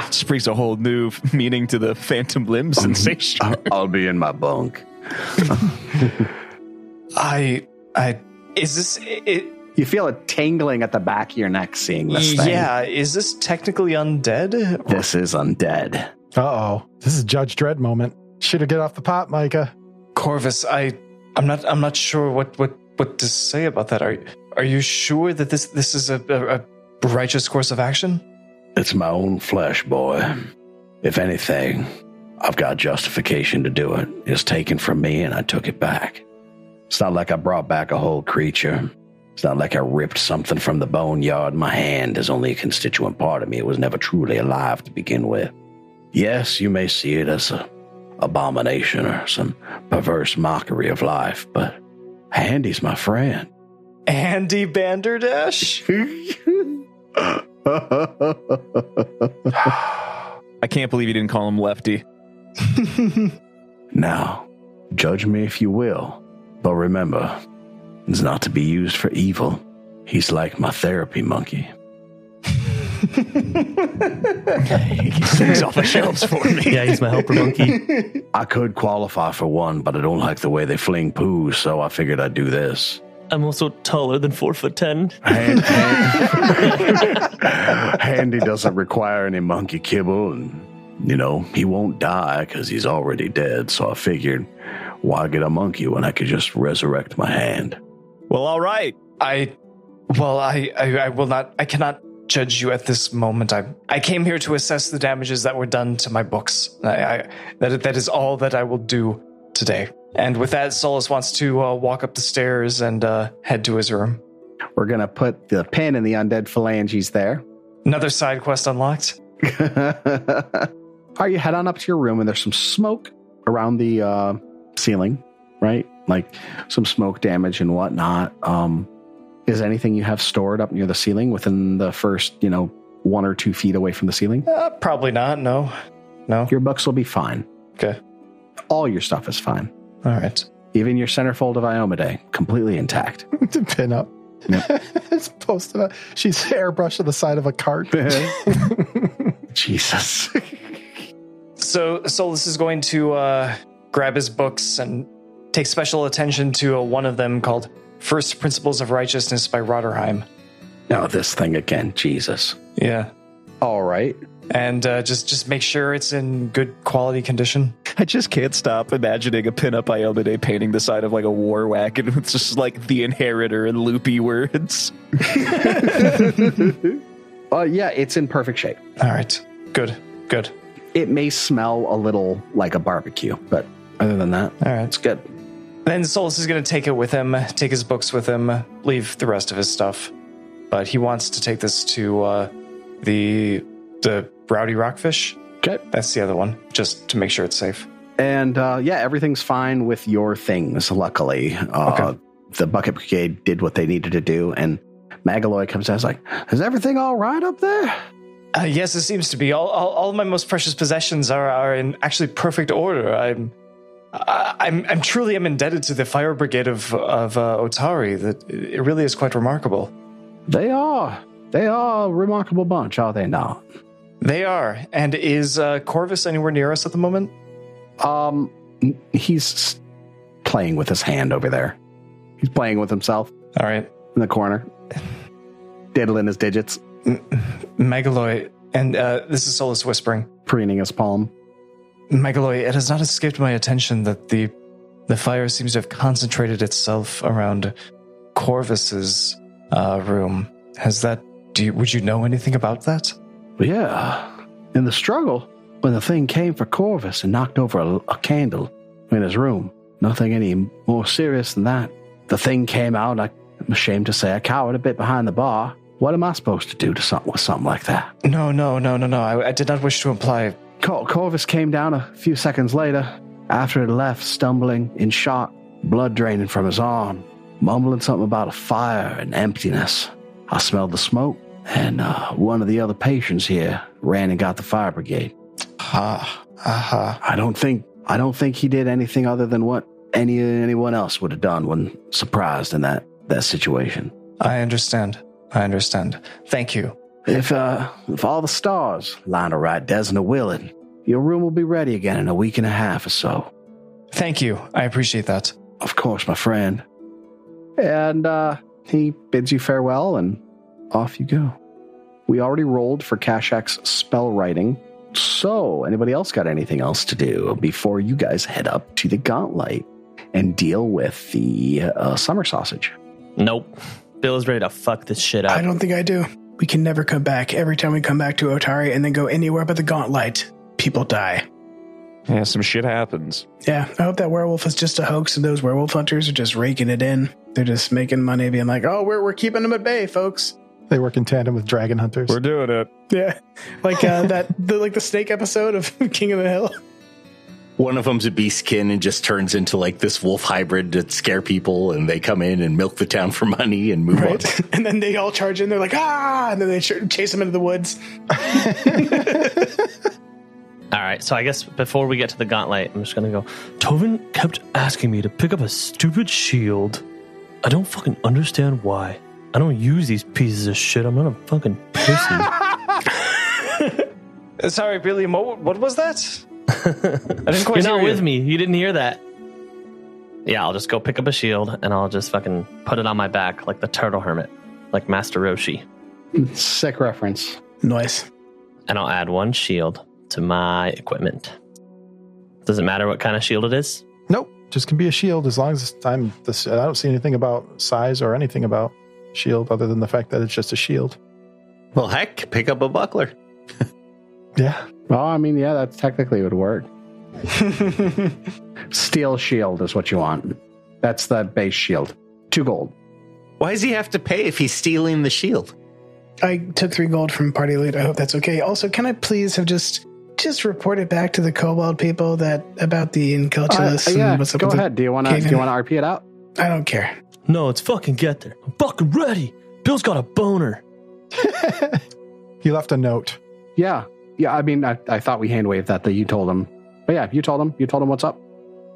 This brings a whole new f- meaning to the phantom limb sensation. Mm-hmm. I'll be in my bunk. I I is this it? You feel it tingling at the back of your neck seeing this thing. Yeah, is this technically undead? This is undead. Uh oh. This is Judge Dredd moment. Should have get off the pot, Micah. Corvus, I I'm not I'm not sure what what what to say about that. Are are you sure that this this is a, a, a righteous course of action? It's my own flesh, boy. If anything, I've got justification to do it. It's taken from me and I took it back. It's not like I brought back a whole creature. It's not like I ripped something from the boneyard. My hand is only a constituent part of me. It was never truly alive to begin with. Yes, you may see it as a abomination or some perverse mockery of life, but Handy's my friend. Andy Banderdash? I can't believe you didn't call him Lefty. Now, judge me if you will, but remember, it's not to be used for evil. He's like my therapy monkey. things off the shelves for me. Yeah, he's my helper monkey. I could qualify for one, but I don't like the way they fling poo, so I figured I'd do this. I'm also taller than four foot ten. Handy doesn't require any monkey kibble, and you know he won't die because he's already dead. So I figured, why get a monkey when I could just resurrect my hand? Well, all right. I, well, I, I, I will not. I cannot judge you at this moment. I, I came here to assess the damages that were done to my books. I, I that, that is all that I will do today. And with that, Solus wants to uh, walk up the stairs and uh, head to his room. We're gonna put the pin in the undead phalanges there. Another side quest unlocked. All right, you head on up to your room, and there's some smoke around the uh, ceiling, right? Like some smoke damage and whatnot. Um, is anything you have stored up near the ceiling within the first, you know, one or two feet away from the ceiling? Uh, probably not. No, no. Your books will be fine. Okay. All your stuff is fine. All right. Even your centerfold of Iomidae, completely intact. to pin up. it's posted up. She's airbrushed to the side of a cart. Jesus. So Solus is going to uh, grab his books and take special attention to uh, one of them called First Principles of Righteousness by Roderheim. No, this thing again. Jesus. Yeah. All right. And uh, just just make sure it's in good quality condition. I just can't stop imagining a pinup Iomide painting the side of like a war whack, and it's just like the inheritor and loopy words. Uh, yeah, it's in perfect shape. All right. Good. Good. It may smell a little like a barbecue, but other than that, All right. it's good. Then Solus is going to take it with him, take his books with him, leave the rest of his stuff. But he wants to take this to uh, the the rowdy rockfish. Okay. That's the other one, just to make sure it's safe. And uh, yeah, everything's fine with your things, luckily. Uh, The Bucket Brigade did what they needed to do, and Magaloy comes out and is like, Is everything all right up there? Uh, yes, it seems to be. All, all, all of my most precious possessions are, are in actually perfect order. I'm, I- I'm, I'm truly am indebted to the fire brigade of of uh, Otari. That it really is quite remarkable. They are. Oh, They are a remarkable bunch, are they not? They are. And is uh, Corvus anywhere near us at the moment? Um, he's s- playing with his hand over there. He's playing with himself. All right. In the corner, diddling his digits, Megaloy, and uh, this is Solus whispering. preening his palm. Megaloy, it has not escaped my attention that the the fire seems to have concentrated itself around Corvus's uh, room. Has that? Do you, would you know anything about that? Yeah. In the struggle, when the thing came for Corvus and knocked over a, a candle in his room, nothing any more serious than that. The thing came out. I, I'm ashamed to say I cowered a bit behind the bar. What am I supposed to do to some, with something like that? No, no, no, no, no. I, I did not wish to imply. Cor- Corvus came down a few seconds later after it left, stumbling in shock, blood draining from his arm, mumbling something about a fire and emptiness. I smelled the smoke, and uh, one of the other patients here ran and got the fire brigade. Ha, aha. I don't think I don't think he did anything other than what any anyone else would have done when surprised in that that situation. I understand. I understand. Thank you. If uh, if all the stars line up right, Desna willing, your room will be ready again in a week and a half or so. Thank you. I appreciate that. Of course, my friend. And uh, he bids you farewell, and off you go. We already rolled for Kashak's spell writing. So, anybody else got anything else to do before you guys head up to the Gauntlet and deal with the uh, summer sausage? Nope. Bill is ready to fuck this shit up. I don't think I do. We can never come back. Every time we come back to Otari and then go anywhere but the Gauntlet, people die. Yeah, some shit happens. Yeah, I hope that werewolf is just a hoax and those werewolf hunters are just raking it in. They're just making money, being like, oh, we're, we're keeping them at bay, folks. They work in tandem with dragon hunters. We're doing it. Yeah. Like uh, that, the, like the snake episode of King of the Hill. One of them's a beastkin and just turns into like this wolf hybrid to scare people, and they come in and milk the town for money and move on. And then they all charge in. They're like, ah, and then they ch- chase them into the woods. All right, so I guess before we get to the gauntlet, I'm just gonna go. Tovin kept asking me to pick up a stupid shield. I don't fucking understand why. I don't use these pieces of shit. I'm not a fucking pussy. Uh, Sorry, Billy. What, what was that? I didn't quite You're not hear you. with me. You didn't hear that. Yeah, I'll just go pick up a shield and I'll just fucking put it on my back like the turtle hermit, like Master Roshi. Sick reference. Nice. And I'll add one shield to my equipment. Does it matter what kind of shield it is? Nope, just can be a shield as long as I'm. This, I don't see anything about size or anything about shield other than the fact that it's just a shield. Well, heck, pick up a buckler. Yeah. Oh, I mean, yeah, that's technically would work. Steel shield is what you want. That's the base shield. Two gold. Why does he have to pay if he's stealing the shield? I took three gold from party loot. I hope that's okay. Also, can I please have just just reported back to the kobold people that about the incultulus? Uh, yeah, and what's up go with the ahead. Do you want to? Do cave-in? you want to RP it out? I don't care. No, it's fucking get there. I'm fucking ready. Bill's got a boner. He left a note. Yeah, yeah. I mean, I, I thought we hand waved that that you told him, but yeah, you told him. You told him what's up.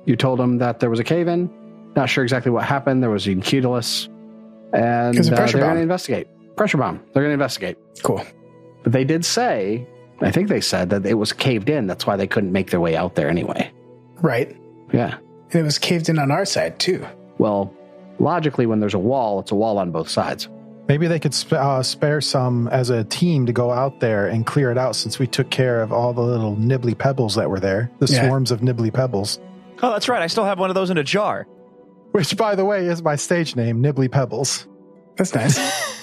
You told him that there was a cave in. Not sure exactly what happened. There was a incudulus, and It was a uh, pressure they're bomb. going to investigate. Pressure bomb. They're going to investigate. Cool. But they did say, I think they said that it was caved in. That's why they couldn't make their way out there anyway. Right. Yeah. And it was caved in on our side too. Well, logically, when there's a wall, it's a wall on both sides. Maybe they could sp- uh, spare some as a team to go out there and clear it out since we took care of all the little nibbly pebbles that were there, the Yeah. swarms of nibbly pebbles. Oh, that's right. I still have one of those in a jar. Which, by the way, is my stage name, Nibbly Pebbles. That's nice.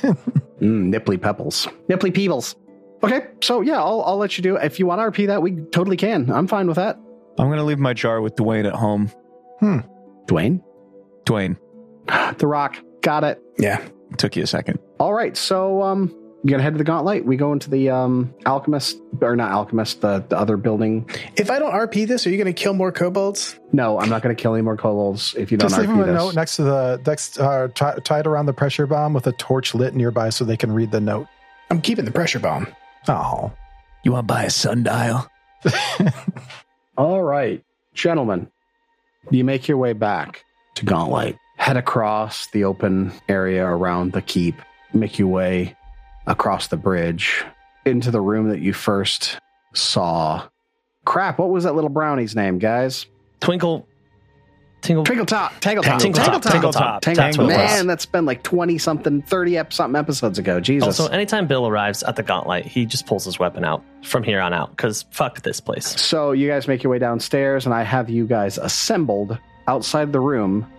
Mm, nipply pebbles. Nipply peebles. Okay, so yeah, I'll, I'll let you do. If you want to RP that, we totally can. I'm fine with that. I'm going to leave my jar with Dwayne at home. Hmm. Dwayne? Dwayne. The Rock. Got it. Yeah. Took you a second. All right, so um, you gonna head to the Gauntlet. We go into the um, alchemist, or not alchemist, the, the other building. If I don't RP this, are you going to kill more kobolds? No, I'm not gonna kill any more kobolds if you don't Just leave RP him a this. note next to the next uh, ti- tied around the pressure bomb with a torch lit nearby so they can read the note. I'm keeping the pressure bomb. Oh, You want to buy a sundial? All right, gentlemen, you make your way back to Gauntlet. Head across the open area around the keep, make your way across the bridge into the room that you first saw. Crap, what was that little brownie's name, guys? Twinkle. Tingle. Twinkle Top. Tangle Top. Tangle Top, Tangle Top, Tangle Top. Man, that's been like 20 something, 30 ep- something episodes ago. Jesus. Also, anytime Bill arrives at the gauntlet, he just pulls his weapon out from here on out because fuck this place. So you guys make your way downstairs, and I have you guys assembled outside the room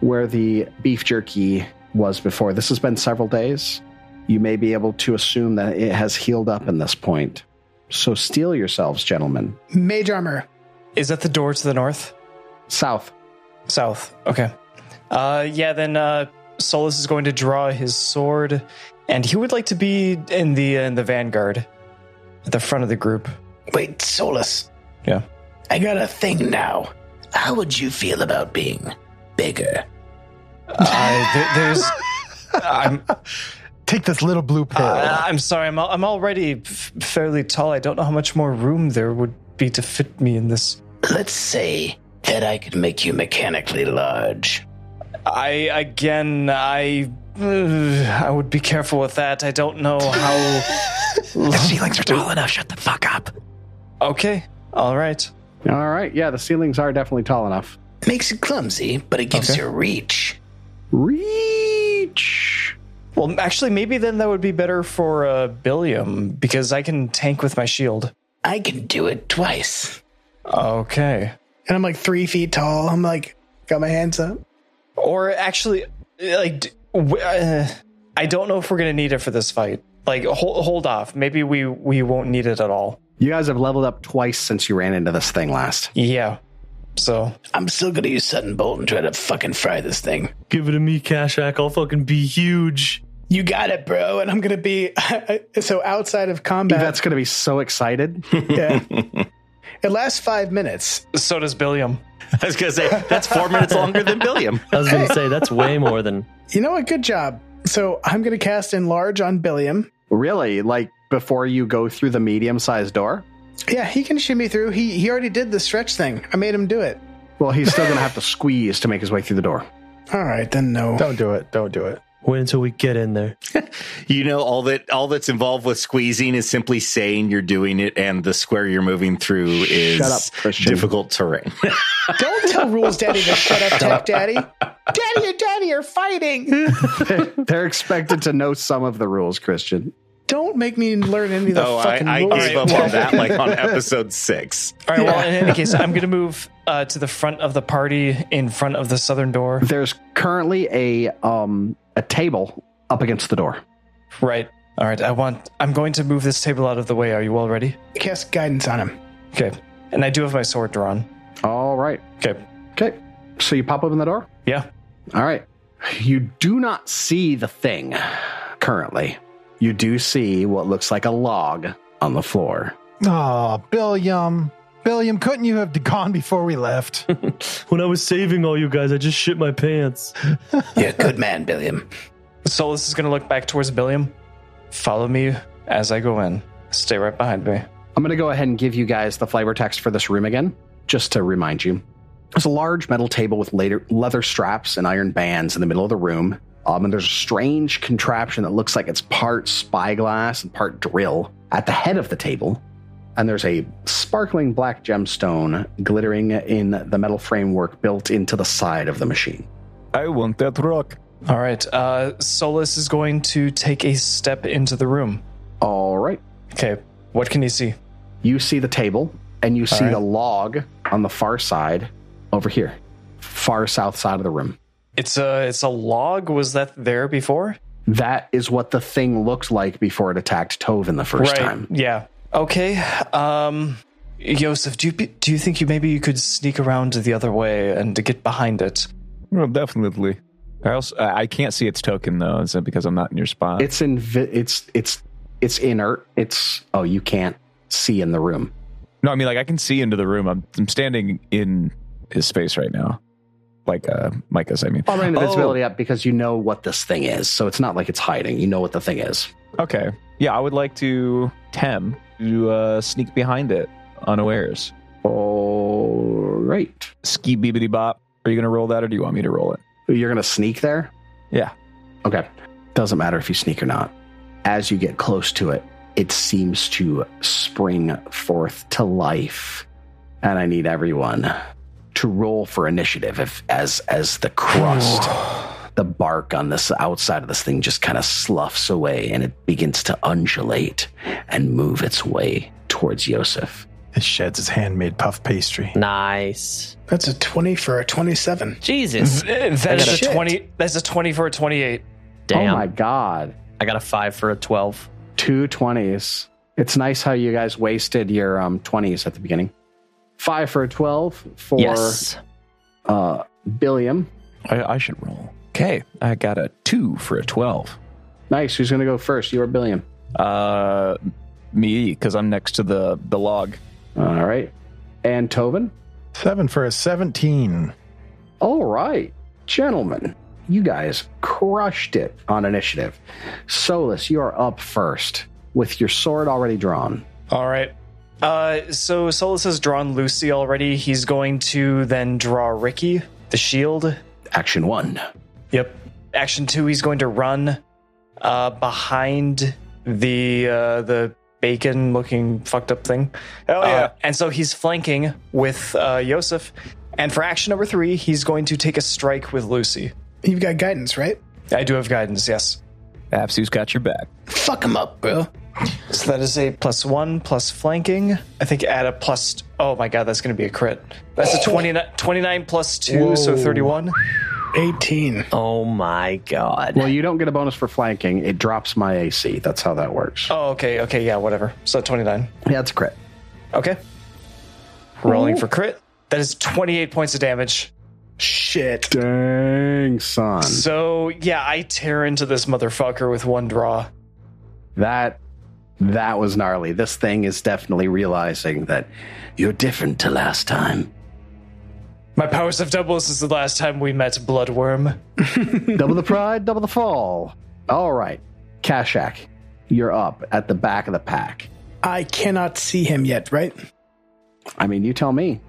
where the beef jerky was before. This has been several days. You may be able to assume that it has healed up in this point. So steel yourselves, gentlemen. Mage armor. Is that the door to the north? South. South. Okay. Uh, yeah, then uh, Solus is going to draw his sword, and he would like to be in the uh, in the vanguard, at the front of the group. Wait, Solus. Yeah. I got a thing now. How would you feel about being bigger? Uh, there, there's. I'm, Take this little blue pill. Uh, I'm sorry. I'm al- I'm already f- fairly tall. I don't know how much more room there would be to fit me in this. Let's say that I could make you mechanically large. I again. I uh, I would be careful with that. I don't know how. the ceilings are tall enough. Shut the fuck up. Okay. All right. All right. Yeah, the ceilings are definitely tall enough. Makes you clumsy, but it gives you reach. Reach. Well, actually, maybe then that would be better for uh, Billiam because I can tank with my shield. I can do it twice. Okay. And I'm like three feet tall. I'm like, got my hands up. Or actually, like, d- w- uh, I don't know if we're gonna need it for this fight. Like, hold, hold off. Maybe we we won't need it at all. You guys have leveled up twice since you ran into this thing last. Yeah. So I'm still gonna use Sutton Bolt and try to fucking fry this thing. Give it to me, Kashak. I'll fucking be huge. You got it, bro. And I'm going to be so outside of combat. That's going to be so excited. Yeah. It lasts five minutes. so does Billiam. I was going to say, that's four minutes longer than Billiam. I was going to say that's way more than You know what? Good job. So I'm going to cast Enlarge on Billiam. Really? Like before you go through the medium sized door? Yeah, he can shimmy through. He he already did the stretch thing. I made him do it. Well, he's still going to have to squeeze to make his way through the door. All right, then no. Don't do it. Don't do it. Wait until we get in there. You know, all that all that's involved with squeezing is simply saying you're doing it, and the square you're moving through is Shut up, Christian. difficult terrain. Don't tell Rules Daddy to shut up, Tech Daddy. Daddy and Daddy are fighting. They're expected to know some of the rules, Christian. Don't make me learn any of the oh, I, fucking I rules. gave up on that like on episode six. All right. Well, in any case, I'm going to move uh, to the front of the party, in front of the southern door. There's currently a um a table up against the door. Right. All right. I want. I'm going to move this table out of the way. Are you all ready? Cast guidance on him. Okay. And I do have my sword drawn. All right. Okay. Okay. So you pop open the door? Yeah. All right. You do not see the thing currently. You do see what looks like a log on the floor. Oh, Billiam. Billiam, couldn't you have gone before we left? When I was saving all you guys, I just shit my pants. You're a good man, Billiam. Solus is going to look back towards Billiam. Follow me as I go in. Stay right behind me. I'm going to go ahead and give you guys the flavor text for this room again, just to remind you. There's a large metal table with later, leather straps and iron bands in the middle of the room. Um, and there's a strange contraption that looks like it's part spyglass and part drill at the head of the table. And there's a sparkling black gemstone glittering in the metal framework built into the side of the machine. I want that rock. All right. Uh, Solus is going to take a step into the room. All right. Okay. What can you see? You see the table, and you see right. the log on the far side over here, far south side of the room. It's a it's a log. Was that there before? That is what the thing looked like before it attacked Tovin the first right. time. Yeah. Okay. Um, Yosef, do you do you think you maybe you could sneak around the other way and to get behind it? Well, definitely. I also I I can't see its token though. Is that because I'm not in your spot? It's in. It's it's it's inert. It's oh, you can't see in the room. no, I mean like I can see into the room. I'm I'm standing in his space right now, like uh Micah's. I mean, I'll bring invisibility up because you know what this thing is, so it's not like it's hiding. You know what the thing is. Okay. Yeah, I would like to Tem to uh, sneak behind it unawares. All right. Ski beebity bop. Are you going to roll that or do you want me to roll it? You're gonna sneak there. Yeah. Okay. Doesn't matter if you sneak or not. As you get close to it, it seems to spring forth to life. And I need everyone to roll for initiative if, as as the crust, the bark on this outside of this thing just kind of sloughs away and it begins to undulate and move its way towards Yosef. It sheds its handmade puff pastry. Nice. That's a 20 for a Mm-hmm. 27. Jesus. I Eh, That got is a a twenty. That's a twenty for a twenty-eight. Damn. Oh my god. I got a five for a 12. Two twenties. It's nice how you guys wasted your um twenties at the beginning. Five for a twelve for Yes. uh Billiam. I, I should roll. Okay. I got a two for a 12. Nice. Who's going to go first? You or Billiam? Uh, me, because I'm next to the, the log. All right. And Tovin? Seven for a 17. All right. Gentlemen, you guys crushed it on initiative. Solus, you are up first with your sword already drawn. All right. Uh, so Solus has drawn Lucy already. He's going to then draw Ricky, the shield. Action one. Yep. Action two, he's going to run uh, behind the uh, the bacon looking fucked up thing. Hell yeah. Uh, and so he's flanking with uh, Yosef. And for action number three, he's going to take a strike with Lucy. You've got guidance, right? I do have guidance, yes. Absu's got your back. Fuck him up, bro. So that is a plus one plus flanking. I think add a plus. Oh my god, that's going to be a crit. That's a Oh. 29, 29 plus two, so Whoa. 31. 18. Oh my God. Well, you don't get a bonus for flanking. It drops my AC. That's how that works. Oh, okay, okay, yeah, whatever. So 29. Yeah, it's a crit. Okay. Rolling for crit. That is 28 points of damage. Shit. Dang, son. So, yeah, I tear into this motherfucker with one draw. That that was gnarly. This thing is definitely realizing that you're different to last time. My powers have doubled since the last time we met, Bloodworm. double the pride, double the fall. All right. Kashak, you're up at the back of the pack. I cannot see him yet, right? I mean, you tell me.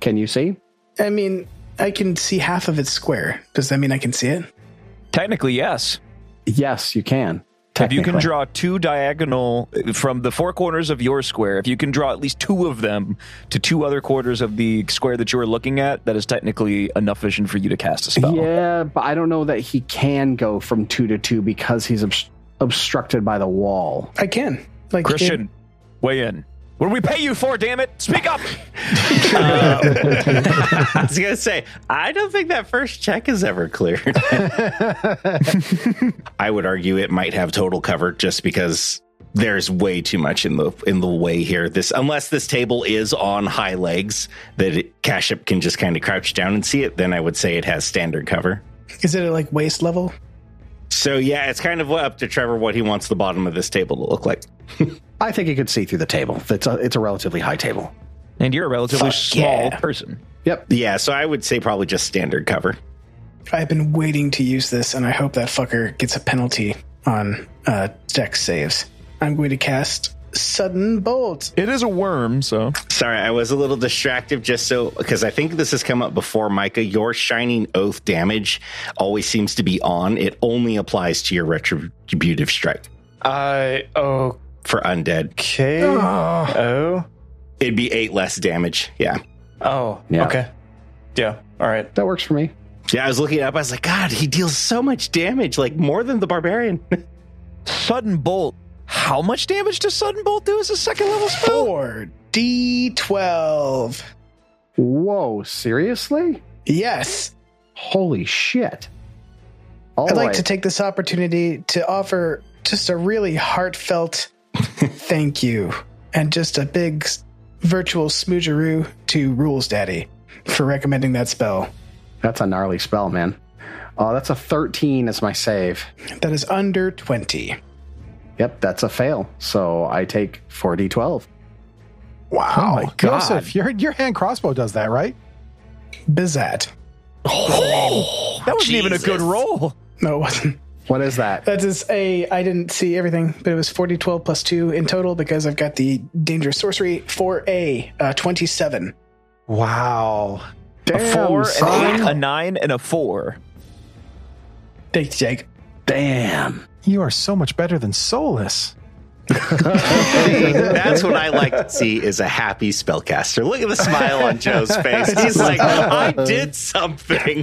Can you see? I mean, I can see half of its square. Does that mean I can see it? Technically, yes. Yes, you can. If you can Technically. draw two diagonal from the four corners of your square, if you can draw at least two of them to two other quarters of the square that you are looking at, that is technically enough vision for you to cast a spell. Yeah, but I don't know that he can go from two to two because he's obst- obstructed by the wall. I can. Like Christian, weigh in. What do we pay you for, damn it? Speak up! Uh, I was gonna say, I don't think that first check is ever cleared. I would argue it might have total cover just because there's way too much in the in the way here. This unless this table is on high legs that it, Cashup can just kind of crouch down and see it, then I would say it has standard cover. Is it at like waist level? So yeah, it's kind of up to Trevor what he wants the bottom of this table to look like. I think he could see through the table. It's a, it's a relatively high table. And you're a relatively Fuck small yeah. person. Yep. Yeah, so I would say probably just standard cover. I've been waiting to use this, and I hope that fucker gets a penalty on uh, deck saves. I'm going to cast Sudden Bolt. It is a worm, so. Sorry, I was a little distracted just so because I think this has come up before, Micah. Your shining oath damage always seems to be on. It only applies to your retributive strike I oh for undead. okay. Oh. It'd be eight less damage. Yeah. Oh. Yeah. Okay. Yeah. All right. That works for me. Yeah, I was looking it up. I was like, God, he deals so much damage, like more than the barbarian. Sudden bolt. How much damage does sudden bolt do as a second level spell? Four D twelve. Whoa, seriously? Yes. Holy shit. All I'd like right. to take this opportunity to offer just a really heartfelt thank you and just a big s- virtual smoocheroo to Rules Daddy for recommending that spell. That's a gnarly spell, man. Oh, that's a 13 as my save. That is under 20. Yep, that's a fail. So I take 4d12. Wow. Oh Joseph, your, your hand crossbow does that, right? Bizat. that wasn't even a good roll. No, it wasn't. What is that? That is a. I didn't see everything, but it was 40, 12 plus 2 in total because I've got the dangerous sorcery 4A, uh, 27. Wow. a four, son. an eight, a nine, and a four. Thanks, Jake. Damn. You are so much better than Solus. That's what I like to see is a happy spellcaster. Look at the smile on Joe's face. He's like, I did something.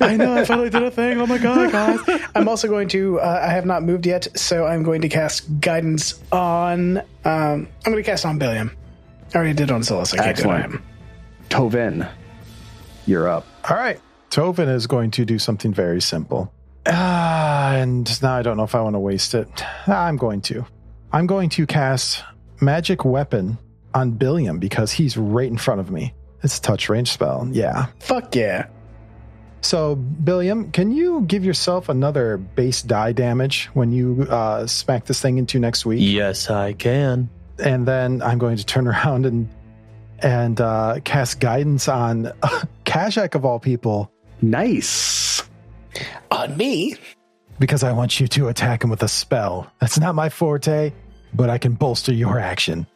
I know, I finally did a thing. Oh my god, guys. I'm also going to, uh, I have not moved yet, so I'm going to cast guidance on, um, I'm going to cast on Billiam. I already did on Solus. I can't do it on Excellent. him. Tovin, you're up. All right. Tovin is going to do something very simple. Ah, and now I don't know if I want to waste it. I'm going to. I'm going to cast Magic Weapon on Billiam because he's right in front of me. It's a touch range spell. Yeah. Fuck yeah. So, Billiam, can you give yourself another base die damage when you uh, smack this thing into next week? Yes, I can. and then I'm going to turn around and and uh, cast guidance on Kashak of all people Nice. On me? because I want you to attack him with a spell. That's not my forte, but I can bolster your action.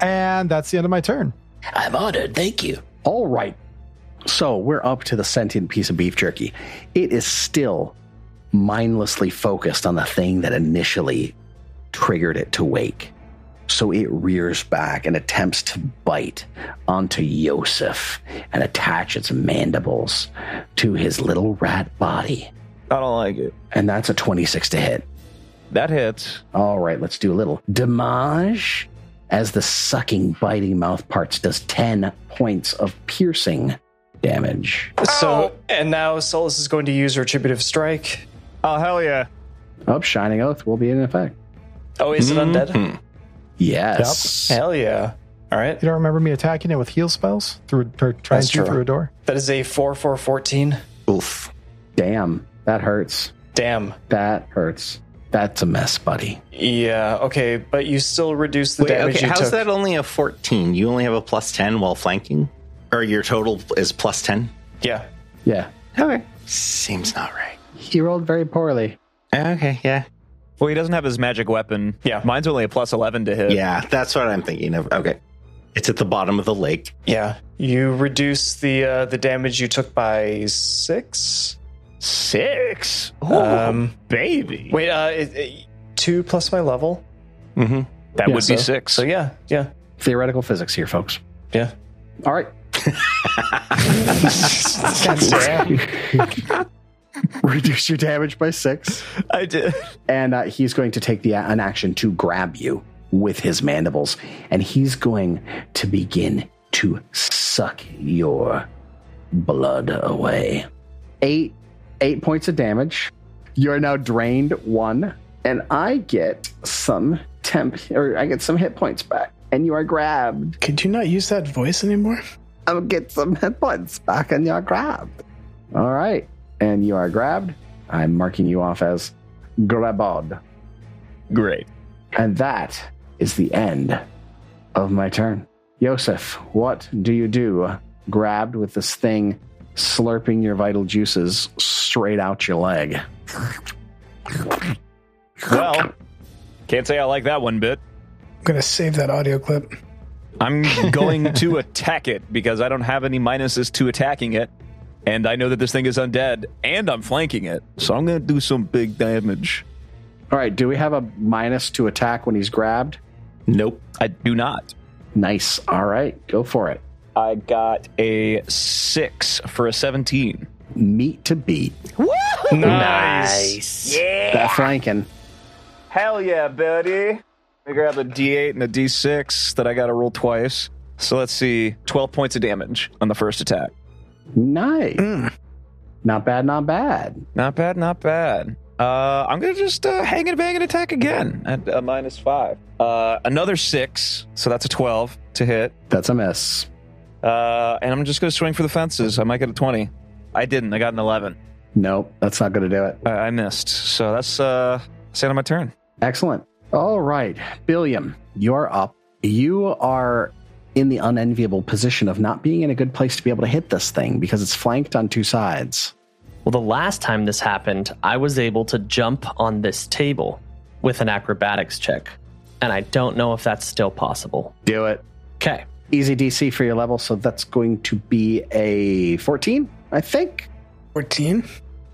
and that's the end of my turn. I'm honored. Thank you. All right. So we're up to the sentient piece of beef jerky. It is still mindlessly focused on the thing that initially triggered it to wake. So it rears back and attempts to bite onto Yosef and attach its mandibles to his little rat body. I don't like it. And that's a 26 to hit. That hits. All right, let's do a little damage. As the sucking, biting mouth parts does 10 points of piercing damage. So and now Solus is going to use retributive strike. Oh hell yeah! Up, Oh, Shining Oath will be in effect. Oh, is it Mm-hmm. undead? Mm-hmm. Yes. Hell yeah! All right. You don't remember me attacking it with heal spells through or trying That's to true. through a door? That is a four four fourteen. Oof. Damn, that hurts. Damn. That hurts. That's a mess, buddy. Yeah. Okay, but you still reduce the Wait, damage okay, you how's took. that only a 14? You only have a plus 10 while flanking? Or your total is plus 10? Yeah. Yeah. Okay. Seems not right. He rolled very poorly. Okay, yeah. Well, he doesn't have his magic weapon. Yeah. mine's only a plus eleven to hit. Yeah, that's what I'm thinking of. Okay. It's at the bottom of the lake. Yeah. You reduce the uh, the damage you took by six. Um, Six. Ooh, baby. Wait. Uh, it, it- two plus my level. Mm-hmm. That Yeah, would be so- six. So yeah, yeah. Theoretical physics here, folks. Yeah. All right. Reduce your damage by six. I did. And uh, he's going to take the a- an action to grab you with his mandibles, and he's going to begin to suck your blood away. Eight, eight points of damage. You are now drained one, and I get some temp or I get some hit points back, and you are grabbed. Could you not use that voice anymore? I'll get some hit points back, and you are grabbed. All right. And you are grabbed. I'm marking you off as grabbed. Great. And that is the end of my turn. Yosef, what do you do? Grabbed with this thing slurping your vital juices straight out your leg. Well, can't say I like that one bit. I'm gonna save that audio clip. I'm going to attack it because I don't have any minuses to attacking it. And I know that this thing is undead, and I'm flanking it. So I'm going to do some big damage. All right, do we have a minus to attack when he's grabbed? Nope, I do not. Nice. All right, go for it. I got a six for a 17. Meat to beat. Nice. Yeah. That flanking. Hell yeah, buddy. I grab a D8 and a D6 that I got to roll twice. So let's see 12 points of damage on the first attack. Nice. Mm. Not bad, not bad. Not bad, not bad. Uh, I'm gonna just uh, hang and bang and attack again at uh, minus five. Uh, another six, so that's a twelve to hit. That's a miss. Uh, and I'm just gonna swing for the fences. I might get a twenty. I didn't. I got an eleven. Nope, that's not going to do it. I, I missed. So that's uh, that's the end of my turn. Excellent. All right, Billiam, you're up. You are in the unenviable position of not being in a good place to be able to hit this thing because it's flanked on two sides. Well, the last time this happened, I was able to jump on this table with an acrobatics check, and I don't know if that's still possible. Do it. Okay. Easy DC for your level, so that's going to be a 14, I think. 14?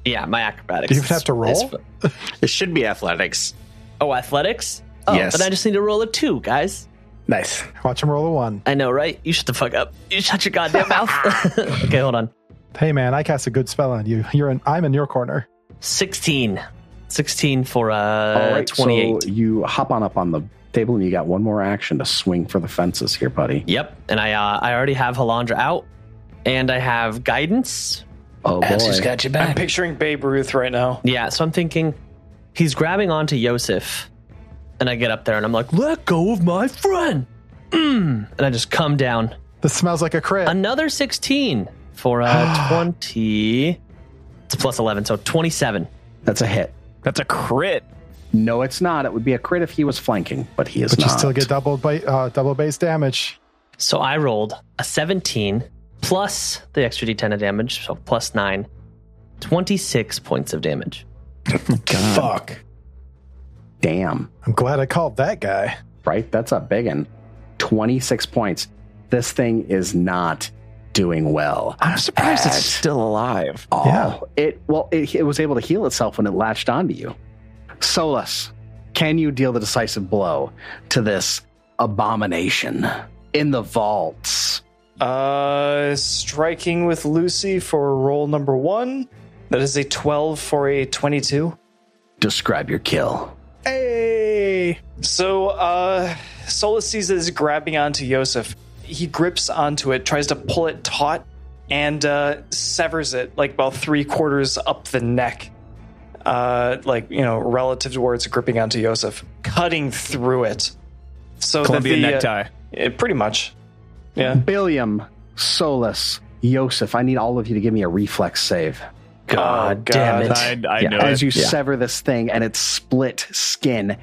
Yeah, my acrobatics. Do you even have to roll? It should be athletics. Oh, athletics? Oh, Yes. then I just need to roll a two, guys. Nice. Watch him roll a one. I know, right? You shut the fuck up. You shut your goddamn mouth. okay, hold on. Hey man, I cast a good spell on you. You're in. I'm in your corner. 16. 16 for uh, All right, 28. So you hop on up on the table and you got one more action to swing for the fences here, buddy. Yep. And I uh, I already have Halandra out, and I have guidance. Oh, Abs's got your I'm back. picturing Babe Ruth right now. Yeah, so I'm thinking he's grabbing onto Yosef, and I get up there and I'm like, let go of my friend. Mm, and I just come down. This smells like a crit. Another 16 for uh, 20. It's plus 11, so 27. That's a hit. That's a crit. No, it's not. It would be a crit if he was flanking, but he is but not. you still get double ba- uh, double base damage. So I rolled a 17 plus the extra d10 of damage, so plus 9, 26 points of damage. Fuck. Damn. I'm glad I called that guy. right? That's a big one. 26 points. This thing is not doing well. I'm surprised At it's still alive. all. Yeah. It well, it, it was able to heal itself when it latched onto you. Solus, can you deal the decisive blow to this abomination in the vaults? Uh, striking with Lucy for roll number one. That is a 12 for a 22. Describe your kill. Hey! So, uh, Solus sees it is grabbing onto Yosef. He grips onto it, tries to pull it taut, and uh, severs it like about three quarters up the neck. Uh, like, you know, relative to where it's gripping onto Yosef, cutting through it. So that Colombian the, uh, necktie. eh, pretty much. Yeah. Billiam, Solus, Yosef, I need all of you to give me a reflex save. God, damn it. Oh, I, I know. as it. you sever this thing and its split skin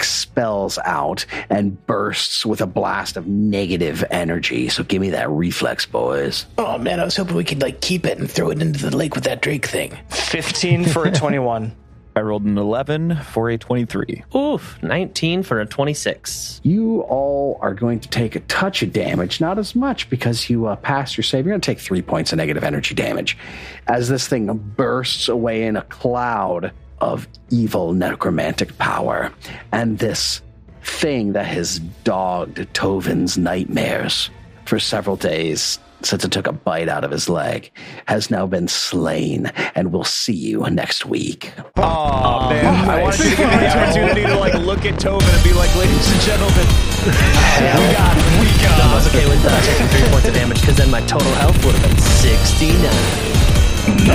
expels out and bursts with a blast of negative energy so give me that reflex boys Oh man, I was hoping we could like keep it and throw it into the lake with that Drake thing. 15 for a 21. I rolled an 11 for a 23. Oof, 19 for a 26. You all are going to take a touch of damage, not as much because you uh, passed your save. You're going to take three points of negative energy damage as this thing bursts away in a cloud of evil necromantic power. And this thing that has dogged Tovin's nightmares for several days since it took a bite out of his leg has now been slain and will see you next week. Oh, man. I wanted you to give me the opportunity to like look at Tobin and be like, ladies and gentlemen, we got it. We got I was okay with uh, taking three points of damage because then my total health would have been 69.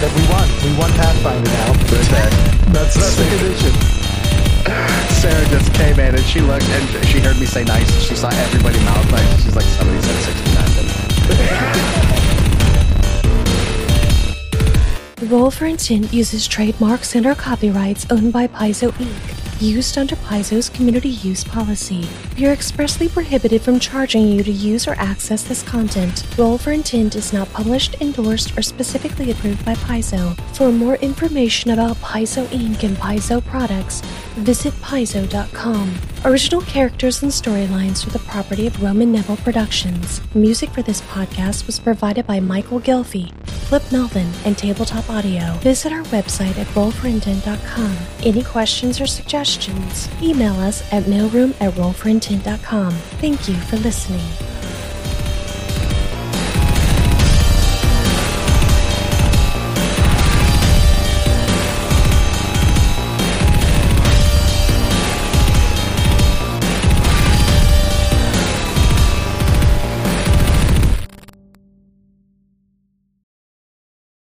that we won. We won Pathfinder now. That's that's the condition. Sarah just came in and she looked and she heard me say nice and she saw everybody mouth nice. She's like, somebody said 69. Roll for Intent uses trademarks and or copyrights owned by Paizo Inc., used under Paizo's community use policy. We are expressly prohibited from charging you to use or access this content. Roll for Intent is not published, endorsed, or specifically approved by Paizo. For more information about Paizo Inc. and Paizo products, visit paizo.com. Original characters and storylines are the property of Roman Neville Productions. Music for this podcast was provided by Michael Gilfie, Flip Melvin, and Tabletop Audio. Visit our website at rollforintent.com. Any questions or suggestions, email us at mailroom at rollforintent.com. Thank you for listening.